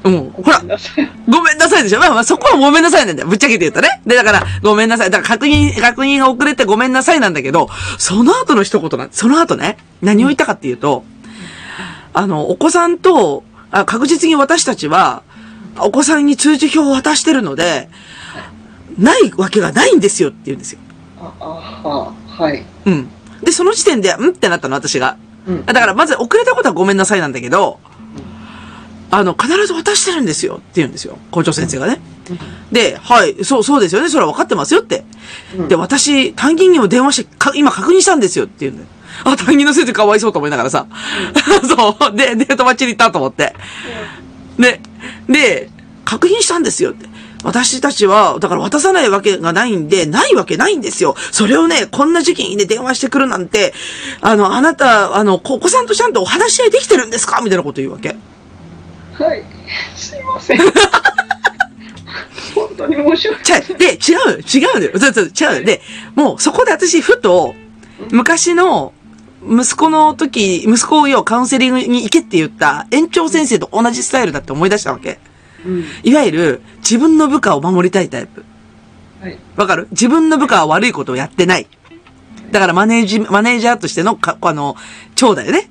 Speaker 2: うん。
Speaker 3: ご
Speaker 2: ほら
Speaker 3: めん、なさい。
Speaker 2: ごめんなさいでしょ。まあまあそこはごめんなさいなんだよ。ぶっちゃけて言ったね。で、だから、ごめんなさい。だから確認、確認が遅れてごめんなさいなんだけど、その後の一言なんその後ね、何を言ったかっていうと、あの、お子さんと、あ確実に私たちは、お子さんに通知表を渡してるので、ないわけがないんですよって言うんですよ。
Speaker 3: あ、あ、は、はい。
Speaker 2: うん。で、その時点で、うんってなったの、私が。
Speaker 3: うん
Speaker 2: あだから、まず遅れたことはごめんなさいなんだけど、あの、必ず渡してるんですよって言うんですよ。校長先生がね。で、はい、そう、そうですよね。それは分かってますよって。
Speaker 3: うん
Speaker 2: で、私、担任にも電話して、か今確認したんですよって言うんだよ。あ、担任の先生かわいそうと思いながらさ。 そう。で、デートマッチに行ったと思って。で、で、確認したんですよって。私たちは、だから渡さないわけがないんで、ないわけないんですよ。それをね、こんな時期にね、電話してくるなんて、あの、あなた、あの、こお子さんとちゃんとお話し合いできてるんですかみたいなこと言うわけ。
Speaker 3: はい。すいませ ん。本当に申し訳
Speaker 2: ちゃう、で、違うよ、違うのよ。そうそう、違うよ。で、もうそこで私、ふと、昔の、息子の時、息子をよ、カウンセリングに行けって言った、園長先生と同じスタイルだって思い出したわけ。
Speaker 3: うん。
Speaker 2: いわゆる、自分の部下を守りたいタイプ。
Speaker 3: はい。
Speaker 2: わかる自分の部下は悪いことをやってない。だからマネージ、マネージャーとしての、か、あの、長だよね。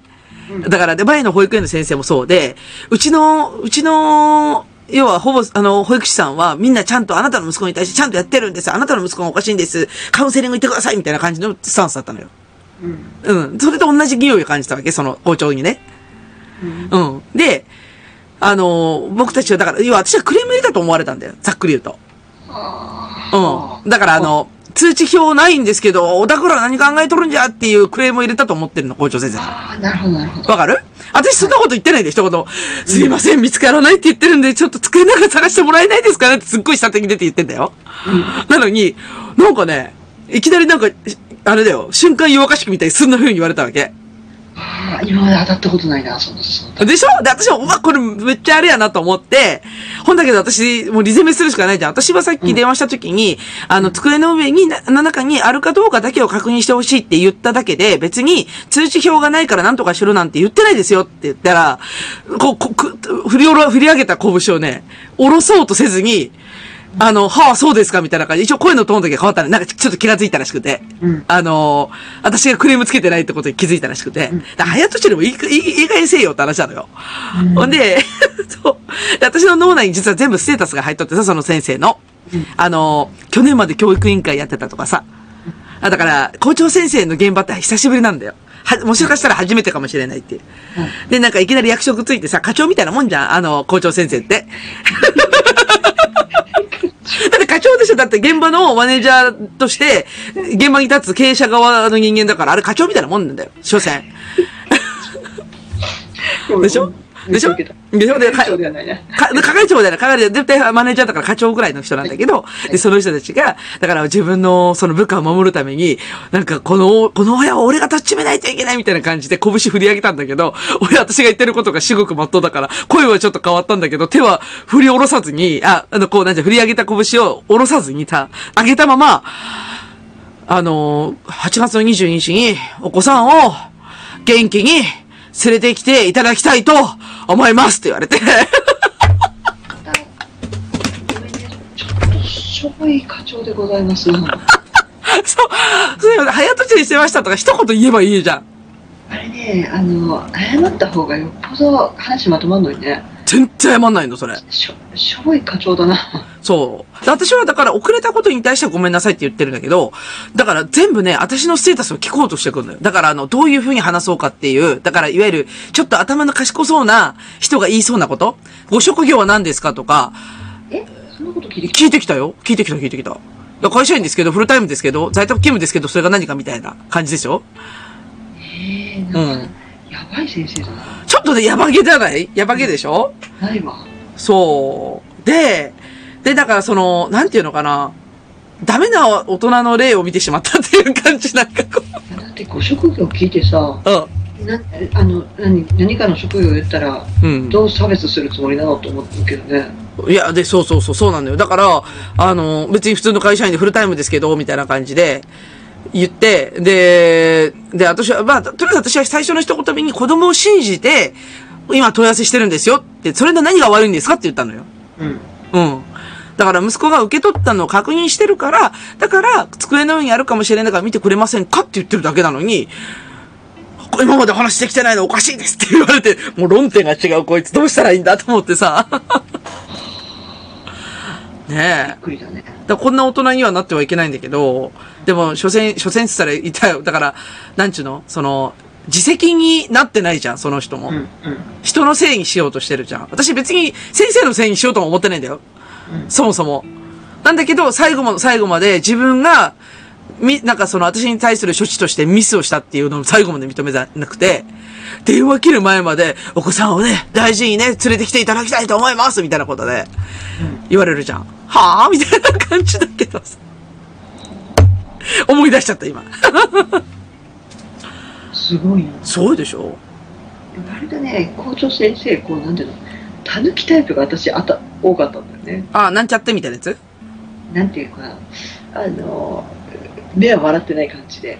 Speaker 2: だから、で、前の保育園の先生もそうで、うちの、うちの、要は、ほぼ、あの、保育士さんは、みんなちゃんと、あなたの息子に対してちゃんとやってるんです。あなたの息子がおかしいんです。カウンセリング行ってくださいみたいな感じのスタンスだったのよ。
Speaker 3: うん。
Speaker 2: うん。それと同じ匂いを感じたわけ、その校長にね。うん。で、ああの、僕たちは、だから、要は私はクレーム入れたと思われたんだよ。ざっくり言うと。
Speaker 3: あ
Speaker 2: うん。だから、あの、通知表ないんですけど、おたくら何考えとるんじゃっていうクレームを入れたと思ってるの、校長先生が。
Speaker 3: ああ、なるほど、なるほど。
Speaker 2: わかる私そんなこと言ってないで、一言。すいません、見つからないって言ってるんで、ちょっと机の中探してもらえないですかねってすっごい下手に出て言ってんだよ。なのに、なんかね、いきなりなんか、あれだよ、瞬間弱かしくみたいにそんな風に言われたわけ。
Speaker 3: ああ、今まで当たったことないな、そんな、そんな。
Speaker 2: でしょで、私は、うわ、これめっちゃあれやなと思って、ほんだけど私、もうリゼメするしかないじゃん。私はさっき電話した時に、あの、机の上に、な、の中にあるかどうかだけを確認してほしいって言っただけで、別に通知表がないからなんとかしろなんて言ってないですよって言ったら、こう、こく、振りおろ、振り上げた拳をね、下ろそうとせずに、あの、はあ、そうですかみたいな感じ。一応声のトーンだけ変わったら、なんかちょっと気がついたらしくて。
Speaker 3: うん
Speaker 2: あのー私がクレームつけてないってことに気づいたらしくて。
Speaker 3: うん
Speaker 2: だから早とちりもいい、いい、いい加減せえよって話なのよ。
Speaker 3: うん
Speaker 2: ほんで、 そう。で私の脳内に実は全部ステータスが入っとってさ、その先生の。あのー去年まで教育委員会やってたとかさ。あ、だから、校長先生の現場って久しぶりなんだよ。は、もしかしたら初めてかもしれないっていう。で、なんかいきなり役職ついてさ、課長みたいなもんじゃん、あの、校長先生って。だって課長でしょだって現場のマネージャーとして、現場に立つ経営者側の人間だから、あれ課長みたいなもんなんだよ。所詮。 でしょでしょ
Speaker 3: めっちゃ受け
Speaker 2: でしょで、
Speaker 3: た
Speaker 2: か
Speaker 3: そうではないね。
Speaker 2: か、係長だよ。係長、絶対マネージャーだから課長ぐらいの人なんだけど、で、その人たちが、だから自分のその部下を守るために、なんかこの、この親を俺が立ちめないといけないみたいな感じで拳振り上げたんだけど、俺私が言ってることが至極真っ当だから、声はちょっと変わったんだけど、手は振り下ろさずに、あ、あの、こうなんじゃ、振り上げた拳を下ろさずにた、上げたまま、あの、8月の22日にお子さんを元気に連れてきていただきたいと思いますって言われて。
Speaker 3: ちょっとしょぼい課長でございます。あ
Speaker 2: そう、そういえば早とちりしてましたとか一言言えばいいじゃん。
Speaker 3: れね、あの、謝った方がよっぽど話まとまんのにね。
Speaker 2: 全然謝んないの、それ。
Speaker 3: しょ、しょぼい課長だな。
Speaker 2: そう。で私はだから遅れたことに対してはごめんなさいって言ってるんだけど、だから全部ね、私のステータスを聞こうとしてくるのよ。だからあの、どういう風に話そうかっていう、だからいわゆる、ちょっと頭の賢そうな人が言いそうなことご職業は何ですかとか、
Speaker 3: え、そんなこと聞いて
Speaker 2: 聞いてきたよ。聞いてきた、聞いてきた。だから会社員ですけど、フルタイムですけど、在宅勤務ですけど、それが何かみたいな感じでしょ
Speaker 3: えー、
Speaker 2: う
Speaker 3: なんか、
Speaker 2: ん。
Speaker 3: やばい先生だな。
Speaker 2: ちょっとね、やばげじゃないやばげでしょ
Speaker 3: ないわ。
Speaker 2: そう。で、で、だからその、なんていうのかな。ダメな大人の例を見てしまったっていう感じ、なんかこ
Speaker 3: だってご職業聞いてさ、
Speaker 2: う。
Speaker 3: なあの何何かの職業言ったら、
Speaker 2: うん。
Speaker 3: どう差別するつもりなのと思ってるけどね。
Speaker 2: いや、で、そうそうそう、そうなんだよ。だから、あの、別に普通の会社員でフルタイムですけど、みたいな感じで、言って、で、で、私は、まあ、とりあえず私は最初の一言目に子供を信じて、今問い合わせしてるんですよって、それの何が悪いんですかって言ったのよ。
Speaker 3: うん。
Speaker 2: うん。だから息子が受け取ったのを確認してるから、だから机の上にあるかもしれないから見てくれませんかって言ってるだけなのに、こ今まで話してきてないのおかしいですって言われて、もう論点が違うこいつどうしたらいいんだと思ってさ。 ねえ。
Speaker 3: びっくりだ
Speaker 2: だ
Speaker 3: ね。
Speaker 2: からこんな大人にはなってはいけないんだけど、でも、所詮、所詮って言ったら言ったよ。だから、なんちゅうのその、自責になってないじゃん、その人も。
Speaker 3: うんうん。
Speaker 2: 人のせいにしようとしてるじゃん。私別に先生のせいにしようとも思ってないんだよ。
Speaker 3: うん
Speaker 2: そもそも。なんだけど、最後も最後まで自分が、み、なんかその私に対する処置としてミスをしたっていうのを最後まで認めなくて、電話切る前まで、お子さんをね、大事にね、連れてきていただきたいと思いますみたいなことで、言われるじゃん。はぁみたいな感じだけどさ。思い出しちゃった、今。
Speaker 3: すごいな。
Speaker 2: すごいでしょ
Speaker 3: 割とね校長先生こうなんていうのたぬきタイプが私あた多かったんだよね。
Speaker 2: あ、なんちゃってみたいなやつ
Speaker 3: なんていうかあの目は笑ってない感じで。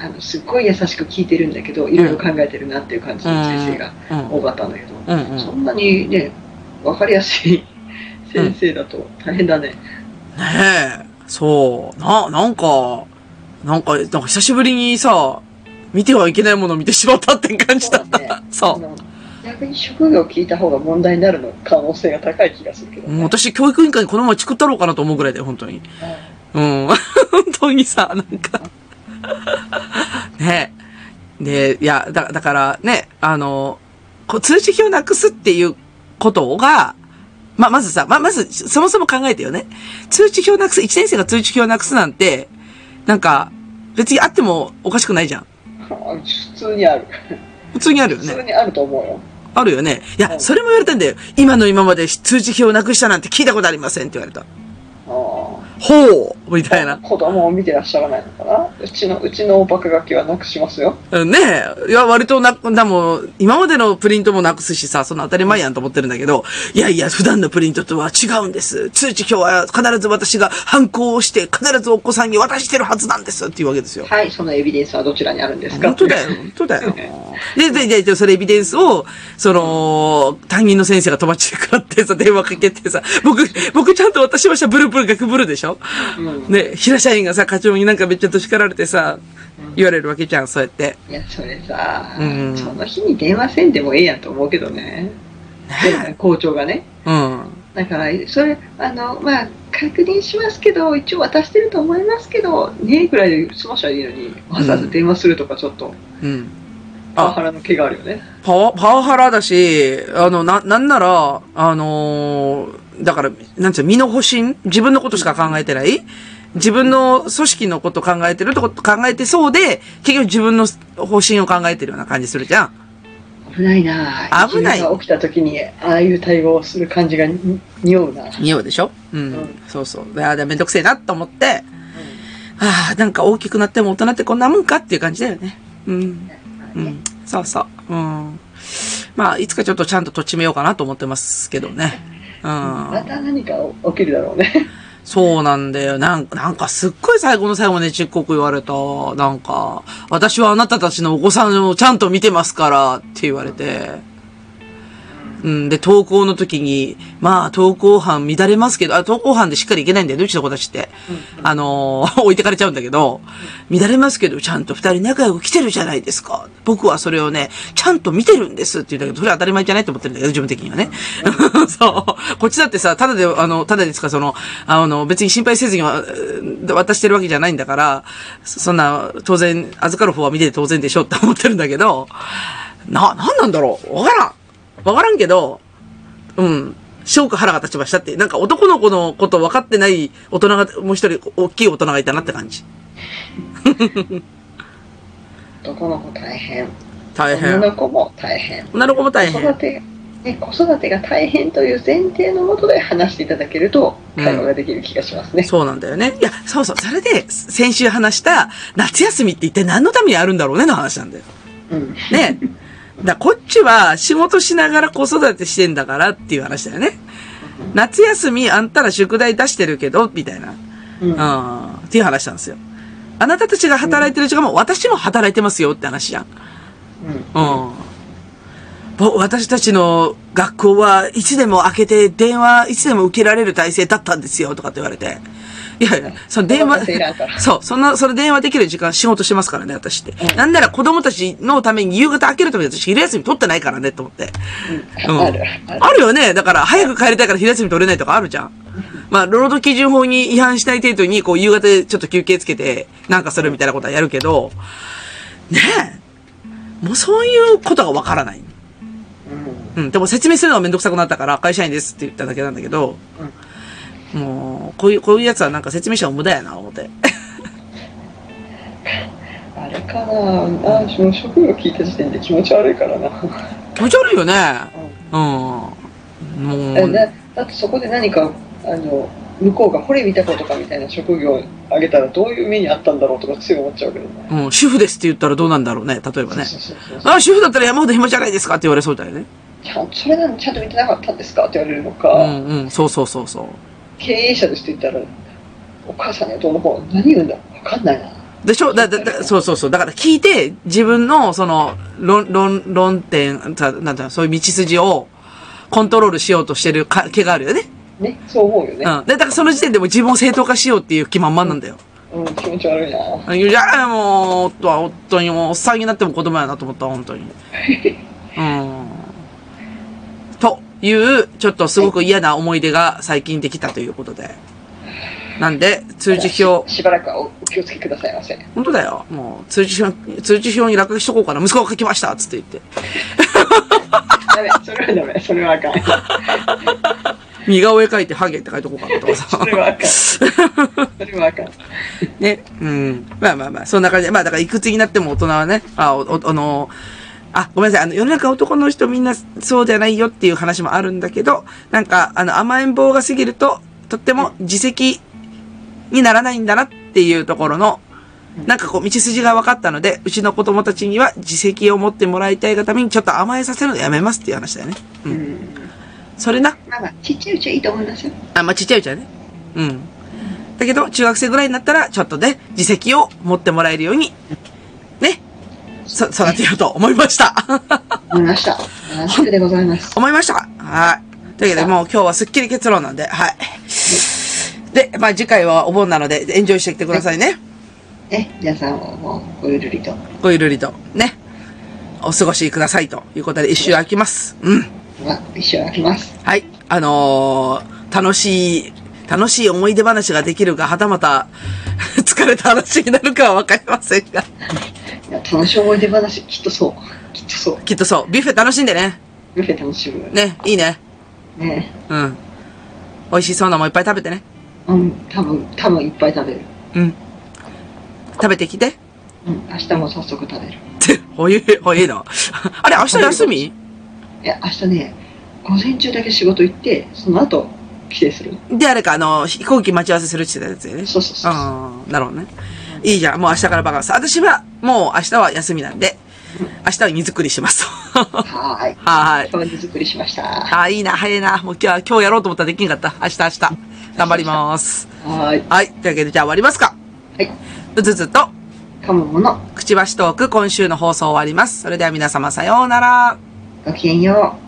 Speaker 3: あのすっごい優しく聞いてるんだけどいろいろ考えてるなっていう感じの先生が
Speaker 2: うん。
Speaker 3: 多かったんだけど、
Speaker 2: うんうん。
Speaker 3: そんなにね、わかりやすい先生だと大変だね。
Speaker 2: ねえ、そう、な、なんか、なんか、なんか久しぶりにさ、見てはいけないものを見てしまったって感じだった。
Speaker 3: そ
Speaker 2: そう
Speaker 3: だねあの逆に職業を聞いた方が問題になるの可能性が高い気がするけど、
Speaker 2: う。もう
Speaker 3: ね。
Speaker 2: 私、教育委員会にこのまま作ったろうかなと思うぐらいだよ、本当に。うん。本当にさ、なんか。ねえ。で、いや、だ、だからね、あの、こう通知表なくすっていうことが、まあ、まずさ、まあ、まず、そもそも考えてよね。通知表なくす、1年生が通知表なくすなんて、なんか、別にあってもおかしくないじゃん。
Speaker 3: 普通にある。
Speaker 2: 普通にあるよ
Speaker 3: 普通
Speaker 2: ね。
Speaker 3: にあると思うよ。
Speaker 2: あるよね。いや、それも言われたんだよ。今の今まで通知表なくしたなんて聞いたことありませんって言われた。
Speaker 3: あ
Speaker 2: ほうみたい
Speaker 3: あ
Speaker 2: な。
Speaker 3: 子供を見てらっしゃらないのかなうちの、うちの爆書きはなくしますよ。
Speaker 2: うんねえ。いや、割とな、でも、今までのプリントもなくすしさ、その当たり前やんと思ってるんだけど、いやいや、普段のプリントとは違うんです。通知表は必ず私が反抗をして、必ずお子さんに渡してるはずなんですっていうわけですよ。
Speaker 3: はい、そのエビデンスはどちらにあるんですか
Speaker 2: 本当だよ、本当だよ。で、で、で、で、それエビデンスを、その、担任の先生が友達でくらってさ、電話かけてさ、僕、僕ちゃんと渡しました、ブルブル学ブルでしょ
Speaker 3: うん。
Speaker 2: ね、平社員がさ、課長になんかめっちゃと叱られてさ、言われるわけじゃん、そうやって。
Speaker 3: いや、それさ、
Speaker 2: うん
Speaker 3: その日に電話せんでもええやんと思うけどね。で校長がね。
Speaker 2: うん。
Speaker 3: だから、それ、あの、まあ、確認しますけど、一応渡してると思いますけど、ねえぐらいで済ましゃいいのに、わざわざ電話するとかちょっと、
Speaker 2: うん。
Speaker 3: パワハラの毛があるよね。
Speaker 2: パワ、パワハラだし、あの、な、なんなら、あのーだから、なんつうの、身の保身自分のことしか考えてない自分の組織のこと考えてるとこと考えてそうで、結局自分の方針を考えてるような感じするじゃん。
Speaker 3: 危ないなぁ
Speaker 2: 危ない
Speaker 3: 自分が起きた時に、ああいう対応をする感じがに匂うな
Speaker 2: 匂うでしょうん。
Speaker 3: うん
Speaker 2: そうそう。ああ、めんどくせえなと思って、ああ、なんか大きくなっても大人ってこんなもんかっていう感じだよね。うん。うん。そうそう。うん。まあ、いつかちょっとちゃんととっちめようかなと思ってますけどね。うん。
Speaker 3: また何か起きるだろうね。
Speaker 2: そうなんだよ。なんなんかすっごい最後の最後までちっこく言われた。なんか、私はあなたたちのお子さんをちゃんと見てますからって言われて。うん。で、登校の時に、まあ、登校班乱れますけど、あ、登校班でしっかりいけないんだよね、うちの子たちって。あのー 置いてかれちゃうんだけど、乱れますけど、ちゃんと二人仲良く来てるじゃないですか。僕はそれをね、ちゃんと見てるんですって言うんだけど、それは当たり前じゃないと思ってるんだけど、自分的にはね。 そう。こっちだってさ、ただで、あの、ただですか、その、あの、別に心配せずにはうん渡してるわけじゃないんだから、そそんな、当然、預かる方は見てて当然でしょって思ってるんだけど、な、なんなんだろうわからんわからんけど、うん。ショック腹が立ちましたって。なんか男の子のこと分かってない大人が、もう一人大きい大人がいたなって感じ。
Speaker 3: 男の子大変。
Speaker 2: 大
Speaker 3: 女
Speaker 2: 変。
Speaker 3: の子も大変。
Speaker 2: 女の子も大
Speaker 3: 子
Speaker 2: 変
Speaker 3: 育。て、ね、子育てが大変という前提のもとで話していただけると、
Speaker 2: うん
Speaker 3: 会話ができる気がしますね。
Speaker 2: そうなんだよね。いや、そうそう。それで、先週話した夏休みって一体何のためにあるんだろうねの話なんだよ。
Speaker 3: うん。
Speaker 2: ね。だからこっちは仕事しながら子育てしてんだからっていう話だよね。夏休みあんたら宿題出してるけど、みたいな。
Speaker 3: うん。
Speaker 2: うん。っていう話なんですよ。あなたたちが働いてる時間も私も働いてますよって話じゃん。
Speaker 3: うん
Speaker 2: うん。ぼ私たちの学校はいつでも開けて電話いつでも受けられる体制だったんですよとかって言われて。いやいや、その電
Speaker 3: お任
Speaker 2: 話
Speaker 3: せいらんから、
Speaker 2: そう、そんな、その電話できる時間仕事してますからね、私って。なんなら子供たちのために夕方開けるために私昼休み取ってないからね、と思って。うん
Speaker 3: ある。ある
Speaker 2: あるよね。だから、早く帰りたいから昼休み取れないとかあるじゃん。まあ、労働基準法に違反しない程度に、こう、夕方でちょっと休憩つけて、なんかするみたいなことはやるけど、ねえ。もうそういうことがわからない。
Speaker 3: うん
Speaker 2: うん。でも説明するのはめんどくさくなったから、会社員ですって言っただけなんだけど、もう、こういう、こういうやつはなんか説明書は無駄やな、思って。
Speaker 3: あれかなあ、その職業聞いた時点で気持ち悪いからな。
Speaker 2: 気持ち悪いよね。うん。も
Speaker 3: え
Speaker 2: う、
Speaker 3: だだってそこで何かあの向こうがこれ見たことかみたいな職業をあげたらどういう目にあったんだろうとか強い思っちゃうけどね。
Speaker 2: うん、主婦ですって言ったらどうなんだろうね、例えばね。
Speaker 3: そうそうそうそう
Speaker 2: あ、主婦だったら山ほど暇じゃないですかって言われそうだよね。
Speaker 3: ちゃんそれなのにちゃんと見てなかったんですかって言われるのか、
Speaker 2: うんうん、そうそうそうそう。
Speaker 3: 経営者ですって言ったらお母さんやどうの方何言うんだ分かんないな。
Speaker 2: でしょだ、だ、だ、そうそうそう。だから聞いて、自分の、その、論、論、論点、たなんだ、そういう道筋を、コントロールしようとしてるか気があるよね。
Speaker 3: ね、そう思う
Speaker 2: う
Speaker 3: よ
Speaker 2: ん。で、
Speaker 3: ね。
Speaker 2: だからその時点でもう自分を正当化しようっていう気満々なんだよ。
Speaker 3: うん、気持ち悪いな。
Speaker 2: あいや、もう、夫は夫に、もう、おっさんになっても子供やなと思った、本 当に。うん。という、ちょっとすごく嫌な思い出が最近できたということで。なんで、通知表、
Speaker 3: ししばらくはおお気をつけくださいませ。
Speaker 2: 本当だよ。もう、通知表、通知表に落書きしとこうかな。息子が書きましたっつって言って。
Speaker 3: ダメ、それはダメ、それはあかん。
Speaker 2: 似顔絵描いてハゲって書いとこうかなとかさ
Speaker 3: そ。れはあかん。それはあかん。
Speaker 2: ね。うん。まあまあまあ、そんな感じで。まあだからいくつになっても大人はね、あ、お、おあの、あ、ごめんなさい。あの、世の中男の人みんなそうじゃないよっていう話もあるんだけど、なんか、あの、甘えん坊が過ぎると、とっても自責にならないんだなっていうところの、なんかこう、道筋が分かったので、うちの子供たちには自責を持ってもらいたいがために、ちょっと甘えさせるのやめますっていう話だよね。う。
Speaker 3: うんん。
Speaker 2: それな。
Speaker 3: まあまあ、ちっちゃいうちはいいと思いますよ。
Speaker 2: あ、まあ、ちっちゃいうちはね。うん。だけど、中学生ぐらいになったら、ちょっとね、自責を持ってもらえるように、ね、そ、育てようと思いました。
Speaker 3: 思いました。楽しくでございます。
Speaker 2: 思いましたかはい。というわけで、もう今日はすっきり結論なんで、はい。で、まあ、次回はお盆なので、エンジョイしてきてくださいね。
Speaker 3: ね、皆さんもごゆるりと。
Speaker 2: ごゆるりと、ね、お過ごしくださいということで、一周空きます。うん。
Speaker 3: まあ、一生開きます。
Speaker 2: はい。あのー楽しい、楽しい思い出話ができるか、はたまた、 疲れた話になるかはわかりませんが。
Speaker 3: いや楽しい思い出話、きっとそう。きっとそう。
Speaker 2: きっとそう。ビュッフェ楽しんでね。
Speaker 3: ビュッフェ楽しむ。
Speaker 2: ね、いいね。
Speaker 3: ね。
Speaker 2: うん。美味しそうなもんいっぱい食べてね。
Speaker 3: うん、多分、多分いっぱい食べる。
Speaker 2: うん。食べてきて。
Speaker 3: うん、明日も早速食べ
Speaker 2: っ
Speaker 3: る。
Speaker 2: て、ほゆ、ほゆの。 あれ、明日休み
Speaker 3: いや、明日ね、午前中だけ仕事行って、その後、帰省する。
Speaker 2: で、あれか、あの、飛行機待ち合わせするって言ってたやつよね。
Speaker 3: そうそうそうそう。
Speaker 2: ああ、なるほどね。いいじゃん。もう明日からバカンス。私は、もう明日は休みなんで、明日は荷造りします と。
Speaker 3: はーい。
Speaker 2: はーい
Speaker 3: 今日手作りしました。は
Speaker 2: ああ、いいな、早いな。もう今日は、今日やろうと思ったらできんかった。明日、明日。頑張ります。
Speaker 3: ーい。
Speaker 2: はい。というわけで、じゃあ終わりますか。
Speaker 3: はい。
Speaker 2: うずうずと、
Speaker 3: 噛むもの、
Speaker 2: くちばしトーク今週の放送終わります。それでは皆様さようなら。
Speaker 3: ごきげんよう。